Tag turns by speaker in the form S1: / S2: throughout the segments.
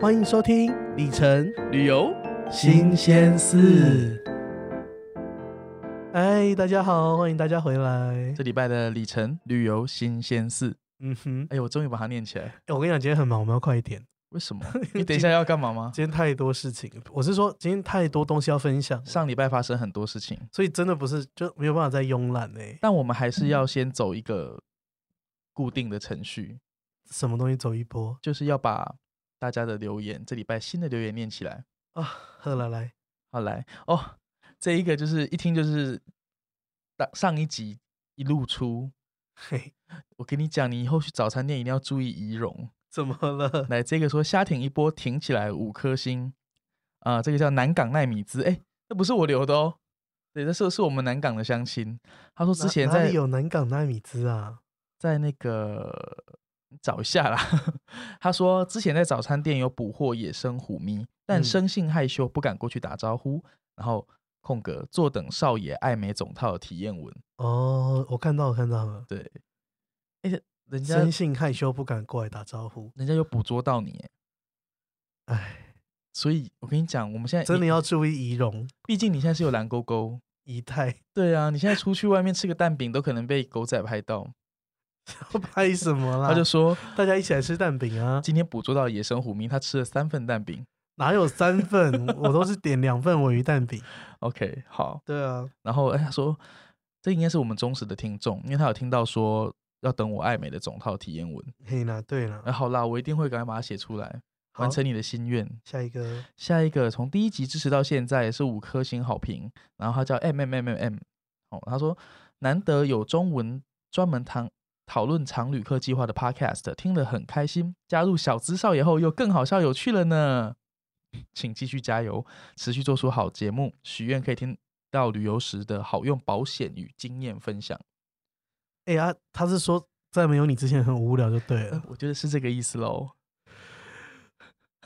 S1: 欢迎收听李晨
S2: 旅游
S1: 新鲜事。哎，大家好，欢迎大家回来。
S2: 这礼拜的里程旅游新鲜事。
S1: 嗯哼，
S2: 哎，我终于把它念起来。
S1: 哎，我跟你讲，今天很忙，我们要快一点。
S2: 为什么？你等一下要干嘛吗？
S1: 今天太多事情了，我是说今天太多东西要分享，
S2: 上礼拜发生很多事情，
S1: 所以真的不是就没有办法再慵懒哎、
S2: 但我们还是要先走一个固定的程序，
S1: 什么东西走一波
S2: 就是要把大家的留言，这礼拜新的留言念起来。
S1: 啊？喝了来，
S2: 好来哦，这一个就是一听就是大上一集一露出。
S1: 嘿，
S2: 我跟你讲，你以后去早餐店一定要注意仪容。
S1: 怎么了？
S2: 来，这个说瞎挺一波，挺起来五颗星。啊、这个叫南港奈米兹，哎，那不是我留的哦，对，这是是我们南港的相亲。他说之
S1: 哪
S2: 前
S1: 哪
S2: 在
S1: 里有南港纳米兹啊？
S2: 在那个找一下啦， 他说之前在早餐店有捕获野生虎咪，但
S1: 嗯
S2: 生性害羞，不敢过去打招呼。然后空格坐等少爷爱美总套的体验文，
S1: 哦，我看到我看到了，
S2: 对，哎，人家
S1: 生性害羞不敢过来打招呼，
S2: 人家有捕捉到你，哎
S1: 哎，
S2: 所以我跟你讲，我们现在
S1: 真的
S2: 哎你，
S1: 要注意仪容
S2: 毕竟你现在是有蓝勾勾。
S1: 仪态，
S2: 对啊，你现在出去外面吃个蛋饼都可能被狗仔拍到。
S1: 要拍什么啦？
S2: 他就说
S1: 大家一起来吃蛋饼啊！
S2: 今天捕捉到野生虎咪，他吃了三份蛋饼。
S1: 哪有三份？我都是点两份尾鱼蛋饼。
S2: OK，好。
S1: 对啊，
S2: 然后哎，他说这应该是我们忠实的听众，因为他有听到说要等我爱美的总套体验文。
S1: 嘿啦，对啦
S2: 哎，，好啦，我一定会赶快把它写出来，
S1: 好
S2: 完成你的心愿。
S1: 下一个
S2: 下一个从第一集支持到现在是五颗星好评，然后他叫 M M M M M，哦，他说难得有中文专门谈讨论常旅客计划的 Podcast，听得很开心，加入小资少爷后又更好笑有趣了呢， 请继续加油，持续做出好节目，许愿可以听到旅游时的好用保险与经验分享，
S1: 哎呀、啊，他是说在没有你之前很无聊就对
S2: 呃
S1: 了。
S2: 我觉得是这个意思喽。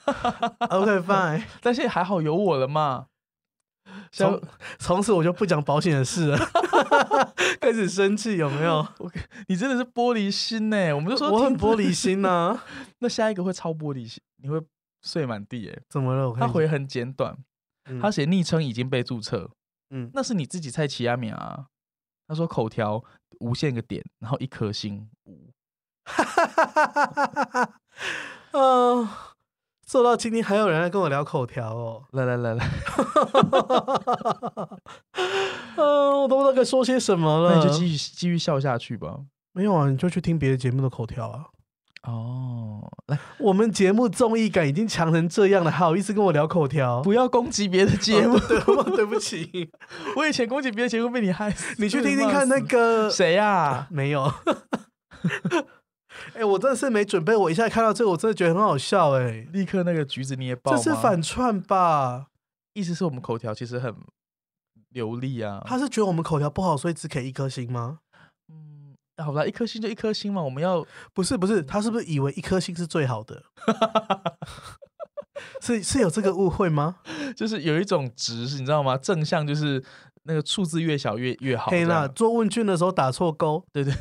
S1: OK fine，
S2: 但现在还好有我了嘛， 像
S1: 从从此我就不讲保险的事了， 开始生气有没有？
S2: 你真的是玻璃心呢、我们就说
S1: 我很
S2: 听
S1: 玻璃心呐、
S2: 那下一个会超玻璃心，你会碎满地耶。
S1: 怎么了？我看
S2: 他
S1: 一下
S2: 回很简短，
S1: 嗯
S2: 他写昵称已经被注册，
S1: 嗯，
S2: 那是你自己菜奇亚米啊。他说口条无限个点，然后一颗星无。
S1: 嗯、做到今天还有人来跟我聊口条哦。 啊
S2: 来来来来，
S1: 嗯，我都不知道该说些什么了。
S2: 那你就继续继续笑下去吧。
S1: 没有啊，你就去听别的节目的口条啊。
S2: 哦，来，
S1: 我们节目综艺感已经强成这样了，还好意思跟我聊口 条？
S2: 不要攻击别的节目。
S1: 对不对不起，
S2: 我以前攻击别的节目被你害死，
S1: 你去听听看那个啊
S2: 谁啊呀？
S1: 没有。 哎、我真的是没准备，我一下看到这个，我真的觉得很好笑哎、
S2: 立刻那个橘子捏爆
S1: 这
S2: 吗，
S1: 是反串吧？
S2: 意思是我们口条其实很流利啊。
S1: 他是觉得我们口条不好，所以只给一颗星吗？
S2: 嗯，好吧，一颗星就一颗星嘛，我们要
S1: 不是不是，他是不是以为一颗星是最好 的？是是有这个误会吗？
S2: 就是有一种值，你知道吗？正向就是那个数字越小越越好。
S1: 嘿
S2: 这
S1: 啦，
S2: 样啊
S1: 做问卷的时候打错勾，
S2: 对对，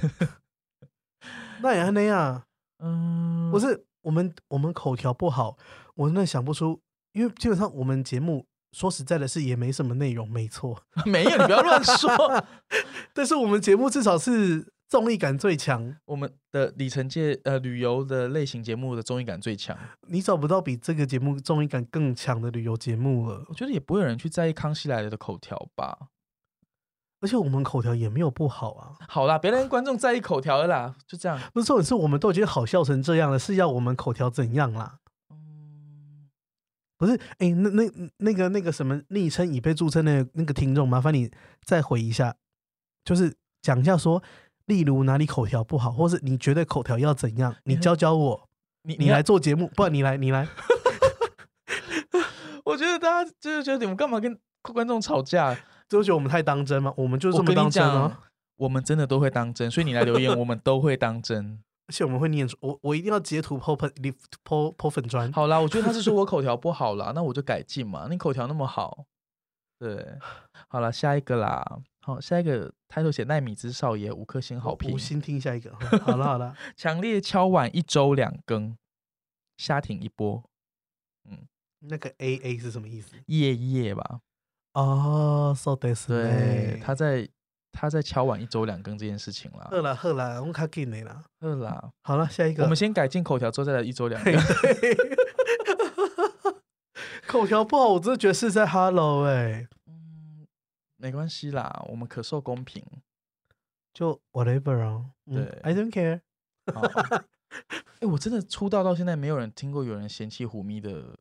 S1: 那也那样。啊
S2: 嗯，
S1: 不是我们我们口条不好，我真的想不出，因为基本上我们节目说实在的是也没什么内容，没错。
S2: 没有，你不要乱说。
S1: 但是我们节目至少是综艺感最强，
S2: 我们的里程界呃旅游的类型节目的综艺感最强，
S1: 你找不到比这个节目综艺感更强的旅游节目了。
S2: 我觉得也不会有人去在意《康熙来了》的口条吧。
S1: 而且我们口条也没有不好啊，
S2: 好啦，别让观众在意口条了啦，就这样。
S1: 不是重点是我们都已经好笑成这样了，是要我们口条怎样啦？
S2: 嗯，
S1: 不是，哎、那那那个那个什么昵称已被注册那个那个听众，麻烦你再回一下，就是讲一下说，例如哪里口条不好，或是你觉得口条要怎样，你
S2: 看
S1: 教教我，
S2: 你
S1: 你来，做节目，不然你来你来，
S2: 我觉得大家就是觉得你们干嘛跟观众吵架？
S1: 就觉得我们太当真吗？我们就这
S2: 我
S1: 么
S2: 跟
S1: 当
S2: 你
S1: 真
S2: 讲
S1: 啊，，
S2: 我们真的都会当真，所以你来留言，我们都会当真。
S1: 而且我们会念出，我我一定要截图 po 粉 po po 粉砖，
S2: 好啦，我觉得他是说 我口条不好啦，那我就改进嘛。你口条那么好，对，好了，下一个啦。好，下一个抬头写奈米兹少爷五颗星好评
S1: 无，心听下一 个，好了好了，
S2: 强烈敲碗一周两更，瞎挺一波。嗯，
S1: 那个 A A 是什么意思？
S2: 夜夜吧，
S1: 哦，そうです
S2: 对
S1: ね。，
S2: 他在他在敲碗一周两更这件事情啦。
S1: 饿了，饿了，我们卡给你了。
S2: 饿啦，
S1: 好了，下一个。
S2: 我们先改进口条之后再 来一周两更。
S1: 对口条不好，我真的觉得是在 Hello 哎、
S2: 嗯，没关系啦，我们可受公平。
S1: 就 whatever 啊。嗯
S2: 对
S1: ，I don't care。
S2: 好 哎、我真的出道到现在，没有人听过有人嫌弃虎咪的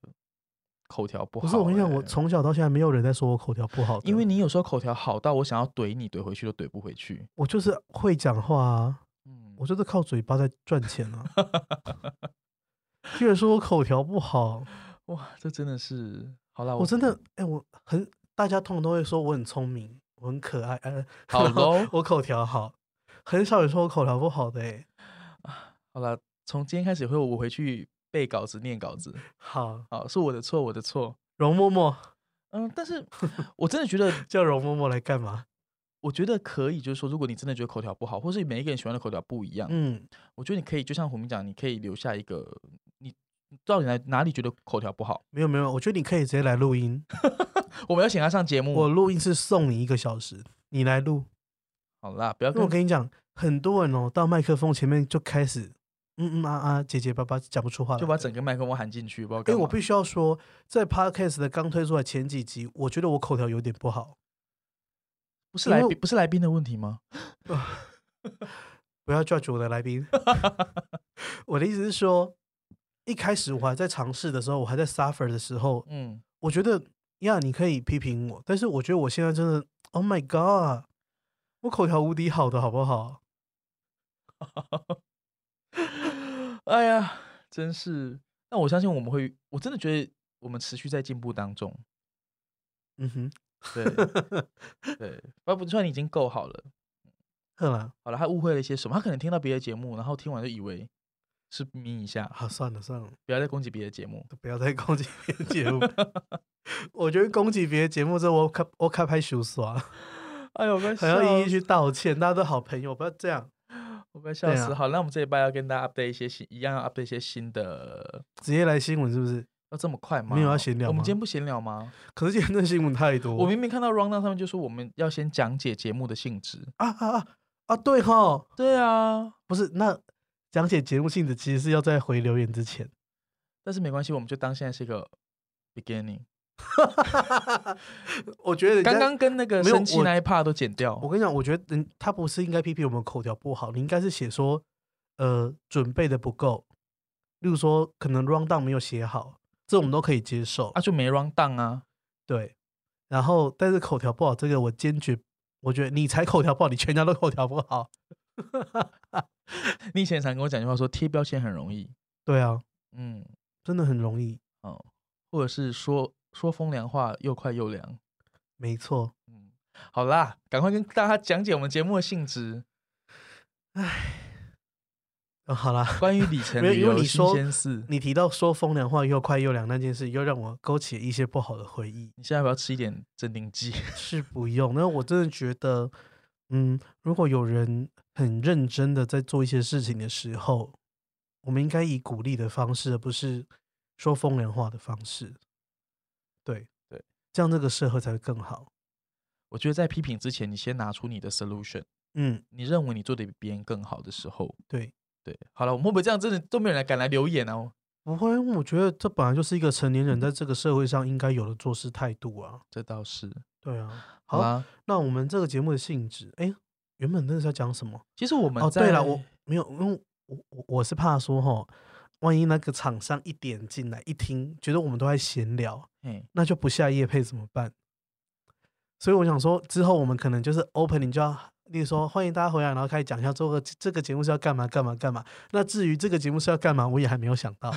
S2: 口条不好、
S1: 不是我跟你讲，我
S2: 哎
S1: 从小到现在没有人在说我口条不好的，
S2: 因为你有时候口条好到我想要怼你，怼回去都怼不回去。
S1: 我就是会讲话啊，
S2: 嗯，
S1: 我就是靠嘴巴在赚钱 啊。居然说我口条不好，
S2: 哇，这真的是好啦，
S1: 我真的哎、我很大家通常都会说我很聪明，我很可爱，呃，
S2: 好喽。
S1: 我口条好，很少人说我口条不好的哎、
S2: 好啦，从今天开始会我回去背稿子、念稿子。
S1: 好，
S2: 好，是我的错，我的错。
S1: 容嬷嬷
S2: 嗯，但是我真的觉得，
S1: 叫容嬷嬷来干嘛？
S2: 我觉得可以，就是说，如果你真的觉得口条不好，或是每一个人喜欢的口条不一样，
S1: 嗯，
S2: 我觉得你可以，就像虎明讲，你可以留下一个你到底哪哪里觉得口条不好，
S1: 没有没有，我觉得你可以直接来录音，
S2: 我们要请他上节目。
S1: 我录音是送你一个小时，你来录。
S2: 好啦，不要
S1: 因为我
S2: 跟
S1: 跟你讲，很多人哦，到麦克风前面就开始嗯嗯啊啊，结结巴巴，讲不出话来。
S2: 就把整个麦克风含进去，不知道
S1: 因
S2: 干
S1: 为
S2: 嘛。
S1: 我必须要说，在 podcast 的刚推出来前几集，我觉得我口条有点不 好，
S2: 不是
S1: 因
S2: 来
S1: 为
S2: 宾，不是来宾的问题吗？
S1: 不要 judge 我的来 宾。我的意思是说，一开始我还在尝试的时候，我还在 suffer 的时候，
S2: 嗯，
S1: 我觉得呀，你可以批评我，但是我觉得我现在真的，Oh my God，我口条无敌好的好不好？
S2: 哎呀，真是。那我相信我们会，我真的觉得我们持续在进步当中。
S1: 嗯哼，
S2: 对对，不不算你已经够好了。
S1: 呵啦，
S2: 好了，他误会了一些什么？他可能听到别的节目，然后听完就以为是咪一下，
S1: 好，啊算了算了。
S2: 不要再攻击别的节目。
S1: 不要再 攻击别的节目。 我觉得攻击别的节目之后，我开我开拍手刷，
S2: 哎呦，我快
S1: 还要一一
S2: 死
S1: 去道歉。大家都好朋友，不要这样，
S2: 我快笑
S1: 对
S2: 死。
S1: 啊
S2: 好，那我们这一拜要跟大家 update 一些新，一样要 update 一些新的。
S1: 直接来新闻是不是？
S2: 要这么快吗？
S1: 没有要闲聊
S2: 我们
S1: 吗
S2: 今天不闲聊吗？
S1: 可是今天的新闻太多，
S2: 我明明看到 round down 上面就说我们要先讲解节目的性质。
S1: 啊啊啊啊！对哈，
S2: 对啊，
S1: 不是那讲解节目性质，其实是要在回留言之前。
S2: 但是没关系，我们就当现在是一个 beginning。
S1: 我觉得人家
S2: 刚刚跟那个
S1: 没有
S2: 生气
S1: 我
S2: 那一 part 都剪掉
S1: 我。跟你讲，我觉得人他不是应该批评我们口条不好，你应该是写说，呃，准备的不够，例如说可能 round down 没有写好，这我们都可以接受
S2: 啊，就没 round down 啊。
S1: 对，然后但是口条不好，这个我坚决，我觉得你才口条不好，你全家都口条不好。
S2: 你以前常跟我讲句话说贴标签很容易，
S1: 对啊，
S2: 嗯，
S1: 真的很容易，
S2: 哦，或者是说说风凉话又快又凉，
S1: 没错。
S2: 嗯，好啦，赶快跟大家讲解我们节目的性质，
S1: 啊，好啦，
S2: 关于里程
S1: 没有
S2: 旅
S1: 因为
S2: 游
S1: 你
S2: 新
S1: 说
S2: 鲜事。
S1: 你提到说风凉话又快又凉那件事，又让我勾起一些不好的回忆。
S2: 你现在要不要吃一点镇定剂？
S1: 是不用，那我真的觉得，嗯，如果有人很认真的在做一些事情的时候，我们应该以鼓励的方式，而不是说风凉话的方式。对
S2: 对，
S1: 这样这个社会才会更好。
S2: 我觉得在批评之前，你先拿出你的 solution，
S1: 嗯，
S2: 你认为你做的比别人更好的时候，
S1: 对。
S2: 对，好了，我们会不会这样真的都没有人来敢来留言哦？
S1: 不会，因为我觉得这本来就是一个成年人在这个社会上应该有的做事态度啊。
S2: 这倒是。
S1: 对啊，
S2: 好
S1: 好，
S2: 啦，
S1: 那我们这个节目的性质，哎，原本那个是要讲什么？
S2: 其实我们
S1: 哦，对了，
S2: 在
S1: 我没有，因为我我我是怕说哈，万一那个厂商一点进来一听，觉得我们都在闲聊，
S2: 嘿
S1: 那就不下夜配怎么办？所以我想说，之后我们可能就是 opening 就要，例如说欢迎大家回来，然后开始讲一下这个这个节目是要干嘛干嘛干嘛。那至于这个节目是要干嘛，我也还没有想 到。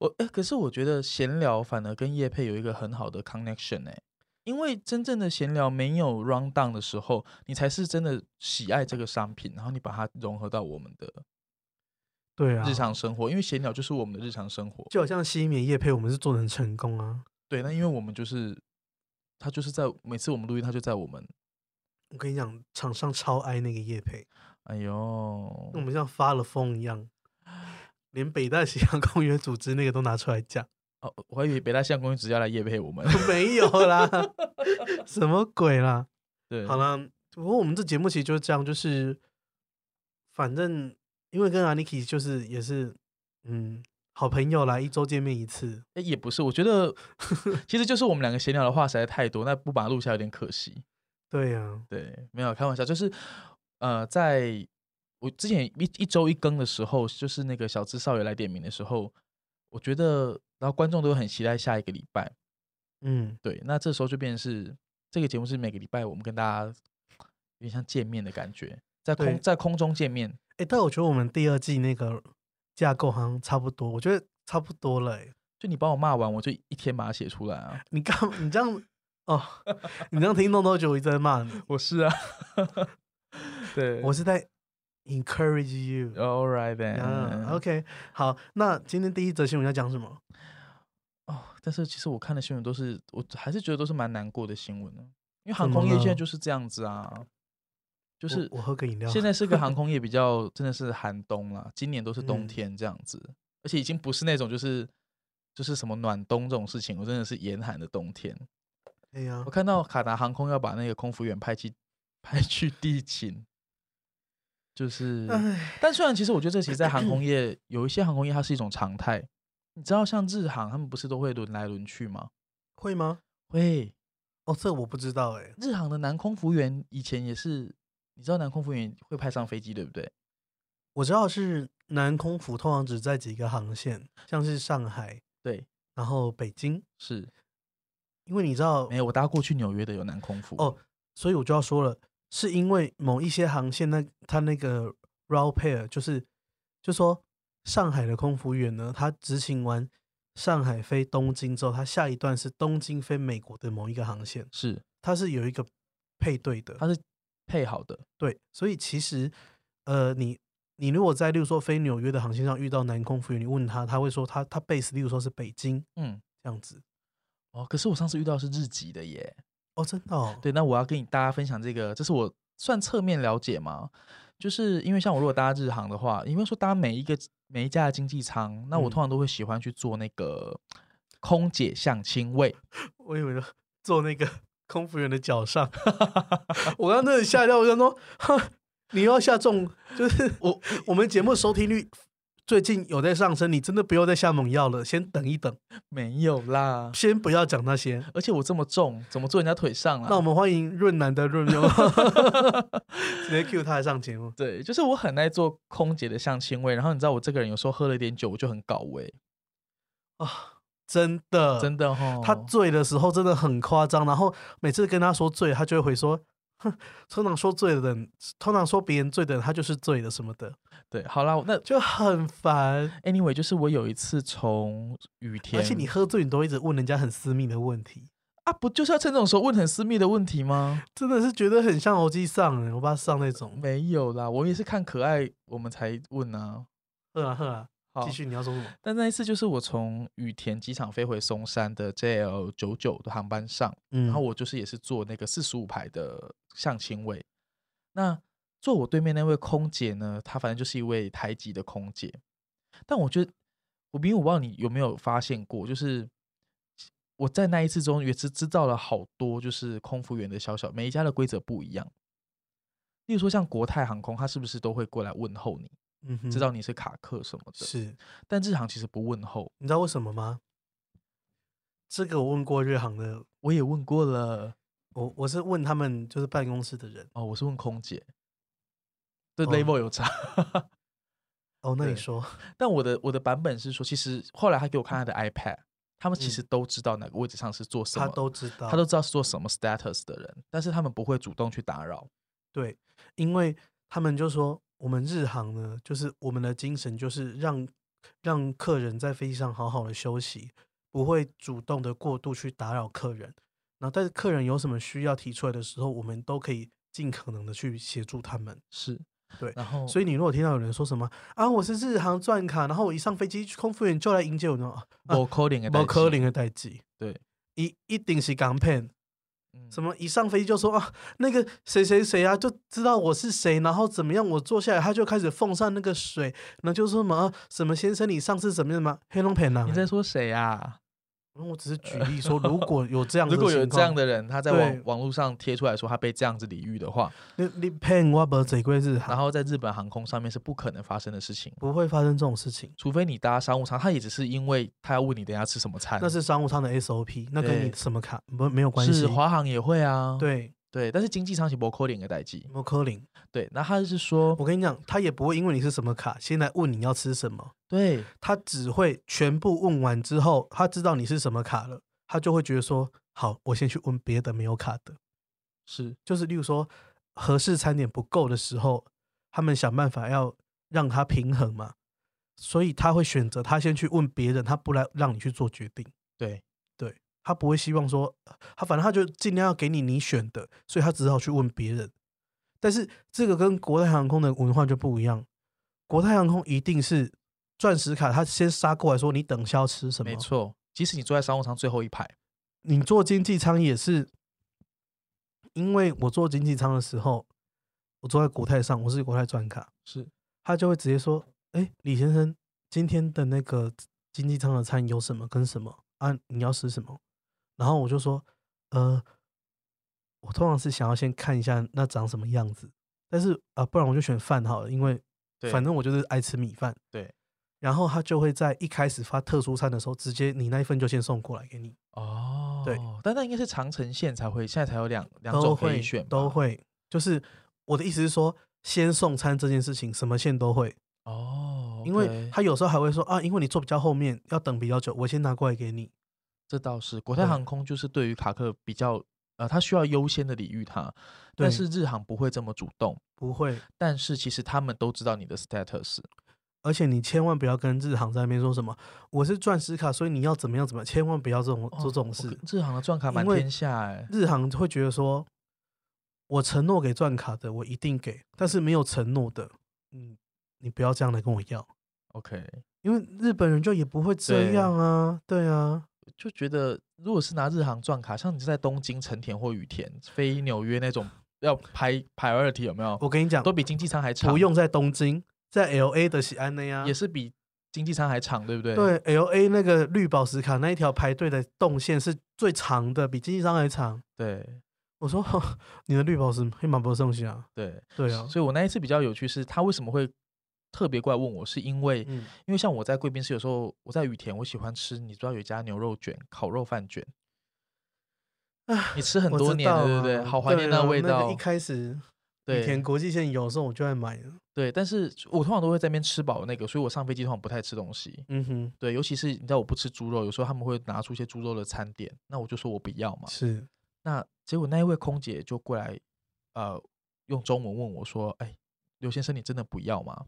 S2: 我哎、可是我觉得闲聊反而跟叶配有一个很好的 connection 哎、因为真正的闲聊没有 round down 的时候，你才是真的喜爱这个商品，然后你把它融合到我们的
S1: 对啊，
S2: 日常生活，因为闲聊就是我们的日常生活。
S1: 就好像西米夜配，我们是做的很成功啊。
S2: 对，那因为我们就是他就是在每次我们录音，他就在我们，
S1: 我跟你讲，厂商超爱那个夜配，
S2: 哎呦
S1: 嗯我，们像发了疯一样。连北大西洋公园组织那个都拿出来讲，
S2: 哦，我还以为北大西洋公园只是要来夜配 我们。
S1: 没有 啦，什么鬼啦？
S2: 对，
S1: 好啦，不过我们这节目其实就是这样，就是反正因为跟 Aniki 就是也是嗯好朋友啦，一周见面一次，
S2: 诶也不是，我觉得 其实就是我们两个闲聊的话实在太多，那不把它录下有点可惜。
S1: 对啊呀、
S2: 对，没有开玩笑，就是呃，在我之前一一周一更的时候，就是那个小资少爷来点名的时候，我觉得，然后观众都很期待下一个礼拜。
S1: 嗯，
S2: 对，那这时候就变成是这个节目是每个礼拜我们跟大家有点像见面的感觉，在
S1: 对
S2: 空在空中见面。
S1: 哎、但我觉得我们第二季那个架构好像差不多，我觉得差不多了、欸。
S2: 就你把我骂完，我就一天把它写出来啊。
S1: 你干嘛你这样哦，你这样听众都觉得我一直在骂你，
S2: 我是啊， 对，
S1: 我是在 encourage you。
S2: All right then，、
S1: 啊，OK，好，那今天第一则新闻要讲什么？
S2: 哦，但是其实我看的新闻都是，我还是觉得都是蛮难过的新闻的，因为航
S1: 么
S2: 空业现在
S1: 了
S2: 就是这样子啊，就
S1: 就是我喝个饮料。
S2: 现在是 个航空业比较真的是寒冬啦，今年都是冬
S1: 嗯
S2: 天这样子，而且已经不是那种就是就是什么暖冬这种事情，我真的是严寒的冬天。
S1: 哎呀
S2: 我，看到卡达航空要把那个空服员派去派去地勤，就是
S1: 哎，
S2: 但虽然其实我觉得这其实在航空业有一些航空业它是一种常态，你知道像日航他们不是都会轮来轮去吗？
S1: 会吗？
S2: 会，
S1: 哦，这我不知道哎。
S2: 日航的男空服员以前也是，你知道男空服员会派上飞机对不对？
S1: 我知道是南空服通常只在几个航线，像是上海，
S2: 对，
S1: 然后北京，
S2: 是
S1: 因为你知道
S2: 没，有我搭过去纽约的有男空服
S1: 哦所以我就要说了，是因为某一些航线那它那个 route pair 就是就说上海的空服员呢，他执行完上海飞东京之后，他下一段是东京飞美国的某一个航线，
S2: 是
S1: 它是有一个配对的，
S2: 他是配好的，
S1: 对，所以其实呃，你你如果在例如说飞纽约的航线上遇到男空服员，你问他，他会说他他 base 例如说是北京
S2: 嗯。
S1: 这样子。
S2: 哦，可是我上次遇到是日籍的耶。
S1: 哦，真的哦，
S2: 对，那我要跟你大家分享这个，这是我算侧面了解嘛，就是因为像我如果搭日航的话，因为说搭每一个每一家的经济舱，
S1: 嗯
S2: 那我通常都会喜欢去做那个空姐相亲位，
S1: 我以为坐那个 空服员的脚 上，我刚刚真的吓一跳，我想说，哈，你又要下重，就是我 我们节目收听率最近有在上升，你真的不要再下猛药了，先等一等，
S2: 没有啦，
S1: 先不要讲那 些。
S2: 而且我这么重，怎么坐人家腿上
S1: 那我
S2: 啊？
S1: 们欢迎润南的 润优， 直接 Q 他来上节目。
S2: 对，就是我很爱做空姐的相亲位，然后你知道我这个人有时候喝了一点酒，我就很搞味，
S1: 啊，真的，
S2: 真的哦哈。
S1: 他醉的时候真的很夸张，然后每次跟他说醉，他就会回说， 哼，通常说醉的人，通常说别人醉的人，他就是醉的什么的，
S2: 对，好啦， 那
S1: 就很烦。
S2: anyway，就是我有一次从雨天，
S1: 而且你喝醉，你都一直问人家很私密的问题，
S2: 啊，不就是要趁这种时候问很私密的问题吗？
S1: 真的是觉得很像欧基上，我爸上那种。
S2: 没有啦，我也是看可爱我们才问啊。
S1: 喝啊喝啊，
S2: 好
S1: 继，续你要说什么？
S2: 但那一次就是我从羽田机场飞回松山的 JL 九九的航班上，
S1: 嗯
S2: 然后我就是也是坐那个四十五排的相亲位。那坐我对面那位空姐呢，她反正就是一位台籍的空姐，但我觉得我明我不知道你有没有发现过，就是我在那一次中也是知道了好多，就是空服员的小小每一家的规则不一样。例如说像国泰航空，它是不是都会过来问候你，
S1: 嗯哼
S2: 知道你是卡客什么的？
S1: 是，
S2: 但日航其实不问候，
S1: 你知道为什么吗？这个我问过日航的，
S2: 我也问过了。
S1: 我我是问他们就是办公室的人。
S2: 哦，我是问空姐，对
S1: 哦
S2: level 有差。
S1: 哦，那你
S2: 对
S1: 说，
S2: 但我的我的版本是说，其实后来他给我看他的 iPad，他们其
S1: 嗯
S2: 实都知道哪个位置上是做什么，
S1: 他都知道，
S2: 他都知道是做什么 status 的人，但是他们不会主动去打扰。
S1: 对，因为他们就说我们日航呢，就是我们的精神就是让让客人在飞机上好好的休息，不会主动的过度去打扰客人。然后，但是客人有什么需要提出来的时候，我们都可以尽可能的去协助他们。
S2: 是
S1: 对
S2: 然后
S1: 所以，你如果听到有人说什么啊，我是日航钻卡，然后我一上飞机，空服员就来
S2: 啊
S1: 迎接我呢，啊
S2: 我 calling
S1: 包科林的代际，
S2: 对，
S1: 一一定是港片，
S2: 嗯
S1: 什么一上飞机就说啊，那个谁谁谁啊，就知道我是谁，然后怎么样，我坐下来他就开始奉上那个水，然后就说什么、啊什么先生，你上次怎么样嘛，黑龙平啊
S2: 你，在说谁啊？
S1: 嗯我只是举例说，如果有 这样的
S2: 如果有
S1: 情
S2: 这样
S1: 况，
S2: 的人，他在
S1: 对
S2: 网网络上贴出来说他被这样子礼遇的话，
S1: 你你骗我不这归日
S2: 然
S1: 航，
S2: 后在日本航空上面是不可能发生的事情，
S1: 不会发生这种事情，
S2: 除非你搭商务舱，他也只是因为他要问你等一下吃什么餐。
S1: 那是商务舱的 SOP，那跟
S2: 对
S1: 你什么卡不没有关系
S2: 是，华航也会啊，
S1: 对，
S2: 对，但是经济舱是不扣零的代际。
S1: 摩柯林，
S2: 对，那他是说，
S1: 我跟你讲，他也不会因为你是什么卡，先来问你要吃什么，
S2: 对，
S1: 他只会全部问完之后，他知道你是什么卡了，他就会觉得说，好，我先去问别的没有卡的。
S2: 是
S1: 就是例如说，合适餐点不够的时候，他们想办法要让它平衡嘛，所以他会选择他先去问别人，他不来让你去做决定，
S2: 对，
S1: 他不会希望说，他反正他就尽量要给你你选的，所以他只好去问别人。但是这个跟国泰航空的文化就不一样，国泰航空一定是钻石卡，他先杀过来说你等一下要吃什么
S2: 没，错。即使你坐在商务舱最后一排，
S1: 你坐经济舱也是，因为我坐经济舱的时候，我坐在国泰上，我是国泰专卡，
S2: 是
S1: 他就会直接说：“哎，李先生，今天的那个经济舱的餐有什么跟什么啊？你要吃什么？”然后我就说：“呃，我通常是想要先看一下那长什么样子，但是啊、不然我就选饭好了，因为
S2: 对
S1: 反正我就是爱吃米饭。”
S2: 对。
S1: 然后他就会在一开始发特殊餐的时候，直接你那一份就先送过来给你，
S2: 哦，
S1: 对，
S2: 但那应该是长城线才会，现在才有两两
S1: 都
S2: 种可
S1: 会
S2: 以选，
S1: 都。会。就是我的意思是说，先送餐这件事情，什么线都会。
S2: 哦，
S1: 因为
S2: OK，
S1: 他有时候还会说啊，因为你坐比较后面，要等比较久，我先拿过来给你。
S2: 这倒是国泰
S1: 对
S2: 航空就是对于卡克比较，呃，他需要优先的礼遇他，
S1: 对
S2: 但是日航不会这么主动，
S1: 不会，
S2: 但是其实他们都知道你的 status，
S1: 而且你千万不要跟日航在那边说什么我是钻石卡，所以你要怎么样怎么样，千万不要这种做这种
S2: 哦
S1: 事。
S2: 日航的钻卡满
S1: 因为
S2: 天下哎、
S1: 日航会觉得说，我承诺给钻卡的，我一定给，但是没有承诺的，嗯，你不要这样来跟我要，
S2: OK，
S1: 因为日本人就也不会这
S2: 对
S1: 样啊，对啊，
S2: 就觉得如果是拿日航钻卡，像你是在东京成田或羽田飞纽约那种要排排 priority 有没有？
S1: 我跟你讲
S2: 都，比经济舱还长，
S1: 不用在东京，在 L A 的西安那呀、
S2: 也是比经济舱还长，对不对？，
S1: 啊对，L A 那个绿宝石卡那一条排队的动线是最长的，比经济舱还长。
S2: 对
S1: 我说 你的绿宝石黑马不送西啊？
S2: 对
S1: 对啊，
S2: 所以我那一次比较有趣是，他为什么会特别过来问我，是因为、
S1: 嗯，
S2: 因为像我在贵宾室，有时候我在羽田，我喜欢吃，你知道有一家牛肉卷、烤肉饭卷，你吃很
S1: 我
S2: 多
S1: 知
S2: 年
S1: 道
S2: 了，对不对？
S1: 啊
S2: 好怀念
S1: 对啊
S2: 味
S1: 那个
S2: 道。
S1: 一开始羽田
S2: 对
S1: 国际线有时候我就会买了。
S2: 对，但是我通常都会在那边吃饱那个，所以我上飞机通常不太吃东西。
S1: 嗯哼，
S2: 对，尤其是你知道我不吃猪肉，有时候他们会拿出一些猪肉的餐点，那我就说我不要嘛。
S1: 是
S2: 那结果那一位空姐就过来，呃，用中文问我说：“哎，刘先生，你真的不要吗？”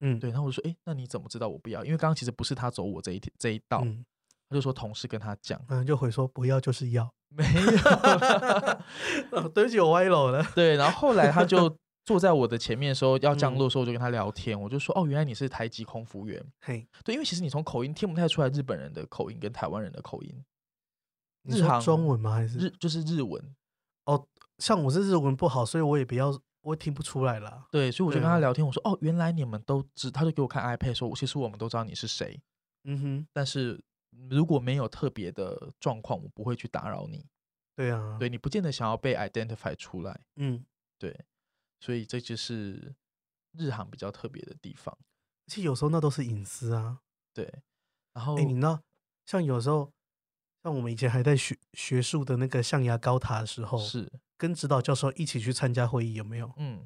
S1: 嗯
S2: 对，然后我就说：“哎，那你怎么知道我不要？因为刚刚其实不是他走我这一天这一道，
S1: 嗯，
S2: 他就说同事跟他讲
S1: 然后就回说不要就是要。
S2: 没有。
S1: 哦对不起，我歪楼了。”
S2: 对，然后后来他就坐在我的前面的时候要降
S1: 嗯
S2: 落的时候，我就跟他聊天，我就说：“哦，原来你是台籍空服员。
S1: 嘿，”
S2: 对，因为其实你从口音听不太出来日本人的口音跟台湾人的口音，
S1: 你
S2: 日
S1: 说
S2: 航
S1: 中文吗？还是
S2: 日就是日文。
S1: 像我是日文不好，所以我也比较我听不出来啦。
S2: 对，所以我就
S1: 对
S2: 跟他
S1: 啊
S2: 聊天，我说：“哦，原来你们都知。”他就给我看 iPad 说：“其实我们都知道你是谁。”
S1: 嗯哼，
S2: 但是如果没有特别的状况，我不会去打扰你。
S1: 对啊，
S2: 对，你不见得想要被 identify 出来，
S1: 嗯。
S2: 对，所以这就是日航比较特别的地方。
S1: 而且有时候那都是隐私啊。
S2: 对，然后、
S1: 哎、你知道，像有时候，像我们以前还在学学术的那个象牙高塔的时候，
S2: 是
S1: 跟指导教授一起去参加会议，有没有？
S2: 嗯，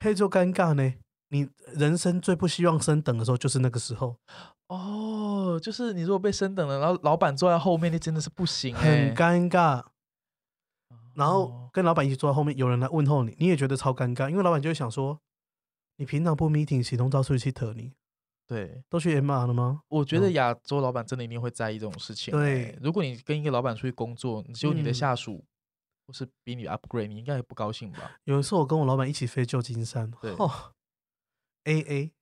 S1: 嘿，就尴尬呢。你人生最不希望升等的时候，就是那个时候，
S2: 哦，就是你如果被升等了，然后老板坐在后面，那真的是不行、欸，
S1: 很尴尬。然后
S2: 哦
S1: 跟老板一起坐在后面，有人来问候你，你也觉得超尴尬，因为老板就会想说，你平常不 meeting，启动招出去特你，
S2: 对，
S1: 都去 MR 了吗？
S2: 我觉得
S1: 嗯
S2: 亚洲老板真的一定会在意这种事情、欸。
S1: 对
S2: 如果你跟一个老板出去工作，只有你的
S1: 嗯
S2: 下属、或是比你 upgrade，你应该也不高兴吧？
S1: 有一次我跟我老板一起飞旧金山，
S2: 对
S1: 哦，A A，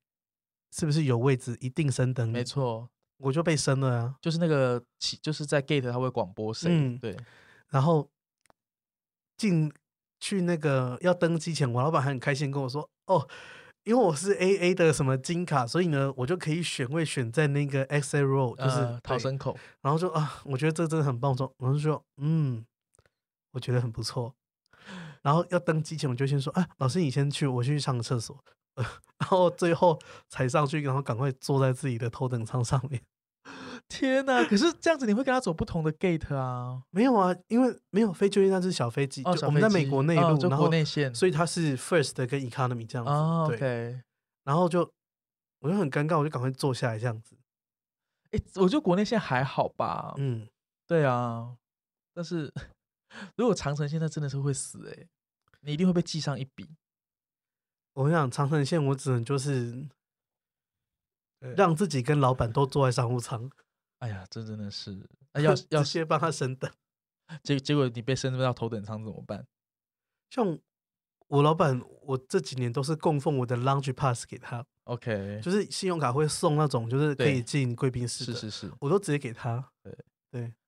S1: 是不是有位置一定升等你？
S2: 没错，
S1: 我就被升了啊。
S2: 嗯就是那个起，就是在 gate 他会广播谁，
S1: 嗯
S2: 对，
S1: 然后进去那个要登机前，我老板还很开心跟我说：“哦，因为我是 AA 的什么金卡，所以呢，我就可以选位选在那个 XA row，就是、
S2: 呃逃
S1: 对
S2: 生口，
S1: 然后就啊，我觉得这真的很棒，我说，我就说，嗯，我觉得很不错。然后要登机前，我就先说，啊，老师你先去，我去上个厕所。 呃然后最后才上去，然后赶快坐在自己的头等舱上面。
S2: 天哪！可是这样子你会跟他走不同的 gate 啊，
S1: 没有啊，因为没有飞就那是小飞机，
S2: 哦，
S1: 就
S2: 小
S1: 我们
S2: 飞
S1: 在美
S2: 机
S1: 国内陆，
S2: 哦就
S1: 然
S2: 国
S1: 后
S2: 内线，
S1: 所以它是 first 跟 economy 这样子。
S2: 哦
S1: 对，
S2: ，OK，
S1: 然后就我就很尴尬，我就赶快坐下来这样子。
S2: 哎、我觉得国内线还好吧，
S1: 嗯，
S2: 对啊，但是 如果长城现在真的是会死哎、你一定会被记上一笔，
S1: 我想长城线，我只能就是
S2: 对
S1: 让自己跟老板都坐在商务舱。
S2: 哎呀，这真的是，啊、 要要
S1: 直接帮他升等。
S2: 结结果你被升到头等舱怎么办？
S1: 像我老板，我这几年都是供奉我的 lounge pass 给他，
S2: OK，
S1: 就是信用卡会送那种就是可以
S2: 对
S1: 进贵宾室
S2: 是
S1: 的，
S2: 是是，
S1: 我都直接给他。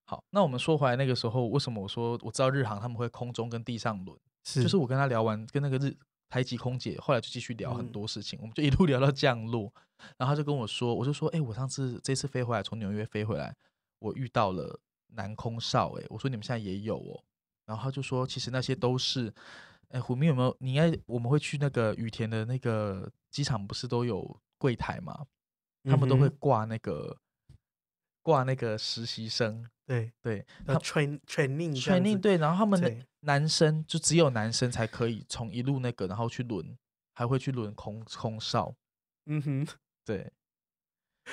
S2: 好，那我们说回来那个时候，为什么我说我知道日航他们会空中跟地上轮，
S1: 是，
S2: 就是我跟他聊完跟那个日台籍空姐，后来就继续聊很
S1: 嗯
S2: 多事情，我们就一路聊 到降落，然后他就跟我说，我就说，哎、我上次这次飞回来，从纽约飞回来，我遇到了南空少、哎，我说你们现在也有哦，然后他就说，其实那些都是，哎、虎明有没有？你应该我们会去那个羽田的那个机场，不是都有柜台嘛？他们都
S1: 嗯
S2: 会
S1: 哼
S2: 挂那个、挂那个实习生，
S1: 对
S2: 对，
S1: 要
S2: 他
S1: train training 这样
S2: training
S1: 子
S2: 对，然后他们的
S1: 对
S2: 男生就只有男生才可以从一路那个，然后去轮，还会去轮空空少，
S1: 嗯哼
S2: 对，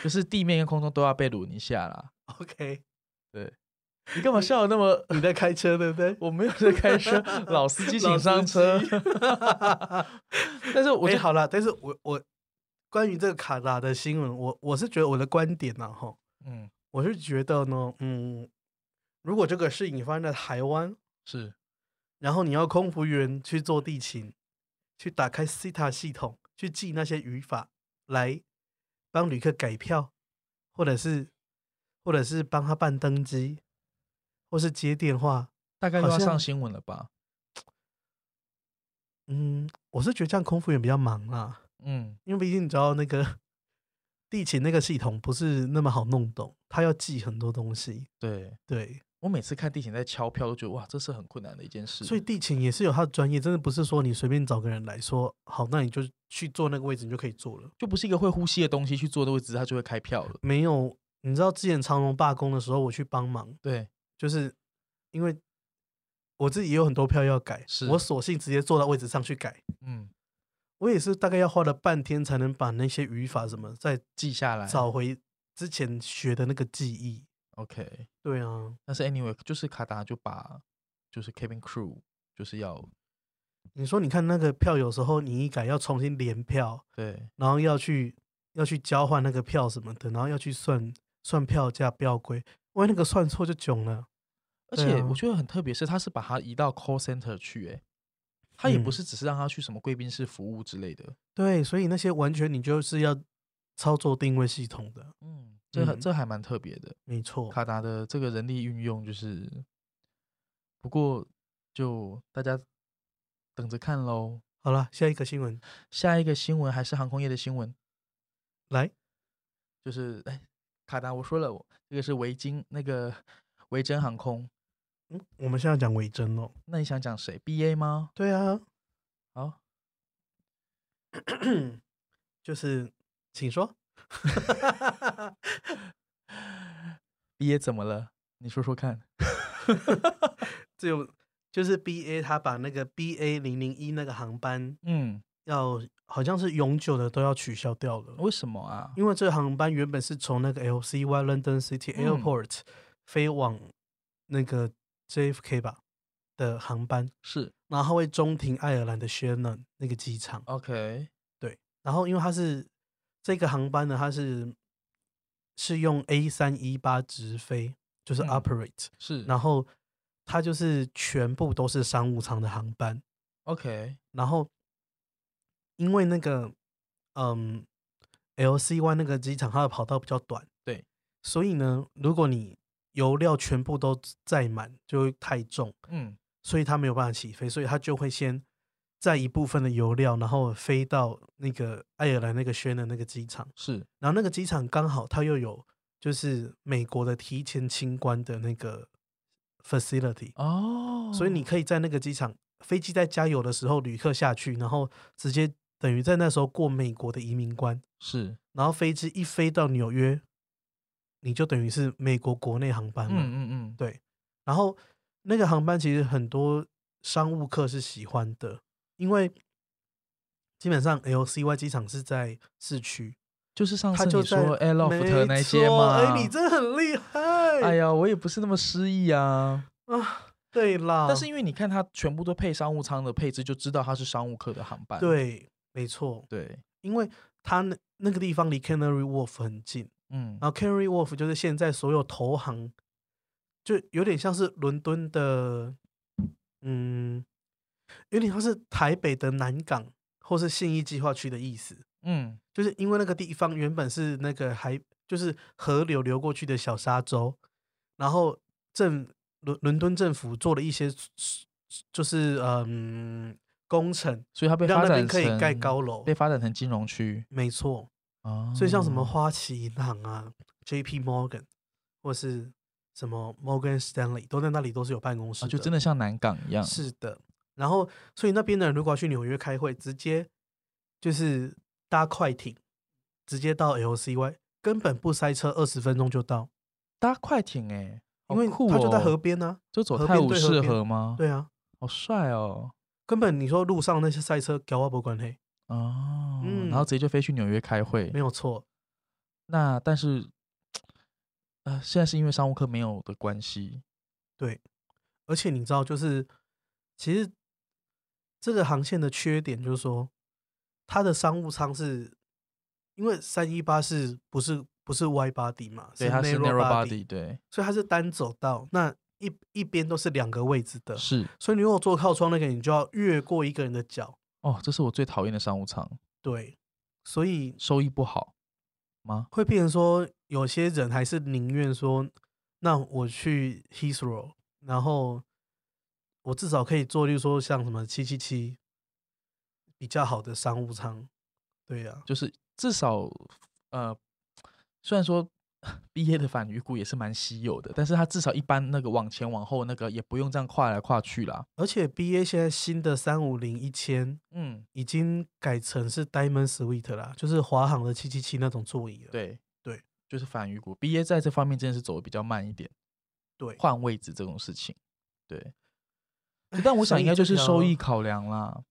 S2: 就是地面跟空中都要被轮一下啦。
S1: ，OK，
S2: 你干嘛笑得那么？？
S1: 你在开车对不对
S2: 我没有在开车，老司 机请上车
S1: 老司。
S2: 但是我
S1: 我
S2: 就、
S1: 就好了，但是我我关于这个卡达的新闻，我我是觉得我的观点呢、啊，哈，
S2: 嗯，
S1: 我是觉得呢，嗯，如果这个事情发生在台湾，
S2: 是
S1: 然后你要空服员去做地勤，去打开 CTA 系统，去记那些语法，来帮旅客改票，或者是或者是帮他办登机，或是接电话。
S2: 大概又
S1: 好
S2: 要上
S1: 像
S2: 新闻了吧？
S1: 嗯，我是觉得这样空服员比较忙啦，
S2: 嗯，
S1: 因为毕竟你知道那个地勤那个系统不是那么好弄懂，他要记很多东西。
S2: 对。
S1: 对，
S2: 我每次看地勤在敲票，都觉得哇，这是很困难的一件事。
S1: 所以地勤也是有他的专业，真的不是说你随便找个人来说好，那你就去坐那个位置，你就可以坐了。
S2: 就不是一个会呼吸的东西去坐的位置，它就会开票了。
S1: 没有，你知道之前长隆罢工的时候，我去帮忙，
S2: 对，
S1: 就是因为我自己也有很多票要改，
S2: 是
S1: 我索性直接坐到位置上去改。
S2: 嗯，
S1: 我也是大概要花了半天才能把那些语法什么再
S2: 记下来。
S1: 找回之前学的那个记忆。
S2: OK，
S1: 对啊，
S2: 但是 anyway，就是卡达就把就是 cabin crew 就是要
S1: 你说你看那个票，有时候你一改要重新连票，
S2: 对
S1: 然后要去要去交换那个票什么的，然后要去算算票价标规，万一那个算错就囧了。
S2: 而
S1: 对
S2: 且
S1: 啊
S2: 我觉得很特别，是他是把它移到 call center 去、欸，他也不
S1: 嗯
S2: 是只是让他去什么贵宾室服务之类的，
S1: 对，所以那些完全你就是要操作定位系统的，
S2: 嗯，这
S1: 嗯
S2: 还
S1: 哦
S2: 这还蛮特别的。
S1: 没错。
S2: 卡达的这个人力运用就是，不过就大家等着看喽。
S1: 好了，下一个新闻
S2: 下一个新闻还是航空业的新闻，
S1: 来，
S2: 就是哎，卡达我说了，我这个是维京那个 维珍航空，
S1: 嗯，我们现在讲维珍喽。
S2: 那你想讲谁？BA 吗？
S1: 对啊，
S2: 好，
S1: 就是请说。
S2: 毕业怎么了？你说说看。
S1: 只有就是 B A 他把那个 B A 零零一那个航班
S2: 嗯，
S1: 要好像是永久的都要取消掉了，
S2: 为什么啊？
S1: 因为这航班原本是从那个 L C Y London City
S2: 嗯
S1: Airport、飞往那个 J F K 吧的航班，
S2: 是
S1: 然后它会中停爱尔兰的 Shannon 那个机场。
S2: OK，
S1: 然后因为它是这个航班呢，它是是用 A 三一八直飞，就是
S2: 嗯
S1: operate，、
S2: 是
S1: 然后它就是全部都是商务舱的航班，
S2: OK，
S1: 然后因为那个嗯 LCY 那个机场它的跑道比较短，
S2: 对，
S1: 所以呢，如果你油料全部都载满，就会太重，
S2: 嗯，
S1: 所以它没有办法起飞，所以它就会先在一部分的油料，然后飞到那个爱尔兰那个轩的那个机场，
S2: 是
S1: 然后那个机场刚好它又有就是美国的提前清关的那个 facility，
S2: 哦，
S1: 所以你可以在那个机场飞机在加油的时候，旅客下去，然后直接等于在那时候过美国的移民关，
S2: 是
S1: 然后飞机一飞到纽约，你就等于是美国国内航班
S2: 嗯
S1: 了。
S2: 嗯嗯，
S1: 对然后那个航班其实很多商务客是喜欢的，因为基本上 LCY 机场是在市区，
S2: 就是上
S1: 他
S2: 次
S1: 就
S2: 你
S1: 在
S2: 说 a i l o f
S1: 没
S2: t 那一些
S1: 错
S2: 嘛，
S1: 哎、你真的很厉害。
S2: 哎呀，我也不是那么失意啊。
S1: 啊，对啦，
S2: 但是因为你看它全部都配商务舱的配置，就知道它是商务客的航班。
S1: 对，没错，
S2: 对，
S1: 因为它那那个地方离 Canary Wharf 很近，
S2: 嗯，
S1: 然后 Canary Wharf 就是现在所有投行，就有点像是伦敦的，嗯，有点像是台北的南港或是信义计划区的意思，
S2: 嗯，
S1: 就是因为那个地方原本是那个海，就是河流流过去的小沙洲，然后政伦伦敦政府做了一些，就是嗯工程，
S2: 所以它被
S1: 让
S2: 发
S1: 那
S2: 展
S1: 边
S2: 成
S1: 可以盖高楼
S2: 被，发展成金融区
S1: 没错。
S2: 哦。
S1: 所以像什么花旗银行啊、J.P. Morgan 或是什么 Morgan Stanley 都在那里都是有办公室
S2: 啊，
S1: 的，
S2: 就真的像南港一样，
S1: 是的。然后，所以那边的人如果要去纽约开会，直接就是搭快艇，直接到 LCY，根本不塞车，二十分钟就到，
S2: 搭快艇哎，
S1: 欸因为
S2: 好酷
S1: 他就在
S2: 哦
S1: 河，边呢、
S2: 就走
S1: 河
S2: 泰
S1: 边
S2: 晤
S1: 对河
S2: 士
S1: 边
S2: 河吗？
S1: 对啊，
S2: 好帅哦，
S1: 根本你说路上那些塞车，搞我不管黑，
S2: 哦，
S1: 嗯
S2: 然后直接就飞去纽约开会
S1: 没。有错，
S2: 那但是，呃，现在是因为商务客没有的关系，
S1: 而且你知道，就是其实这个航线的缺点就是说，它的商务舱是因为三一八是不是不是 Y body 嘛？
S2: 对，它是 narrow body，对，
S1: 所以它是单走道，那一一边都是两个位置的，
S2: 是
S1: 所以你如果坐靠窗那个，你就要越过一个人的脚，
S2: 哦，这是我最讨厌的商务舱，
S1: 对，所以
S2: 收益不好吗？
S1: 会变成说，有些人还是宁愿说，那我去 Heathrow，然后我至少可以做，例如说像什么七七七比较好的商务舱，对啊呀、
S2: 就是至少呃，虽然说 毕业的反鱼骨也是蛮稀有的，但是它至少一般那个往前往后那个也不用这样跨来跨去啦。
S1: 而且 BA 现在新的三五零一千
S2: 嗯，
S1: 已经改成是 Diamond Suite 啦，就是华航的七七七那种座椅了。
S2: 对
S1: 对，
S2: 就是反鱼骨，毕业在这方面真的是走的比较慢一点，
S1: 对，
S2: 换位置这种事情，对。但我想应该就是收益。考量啦，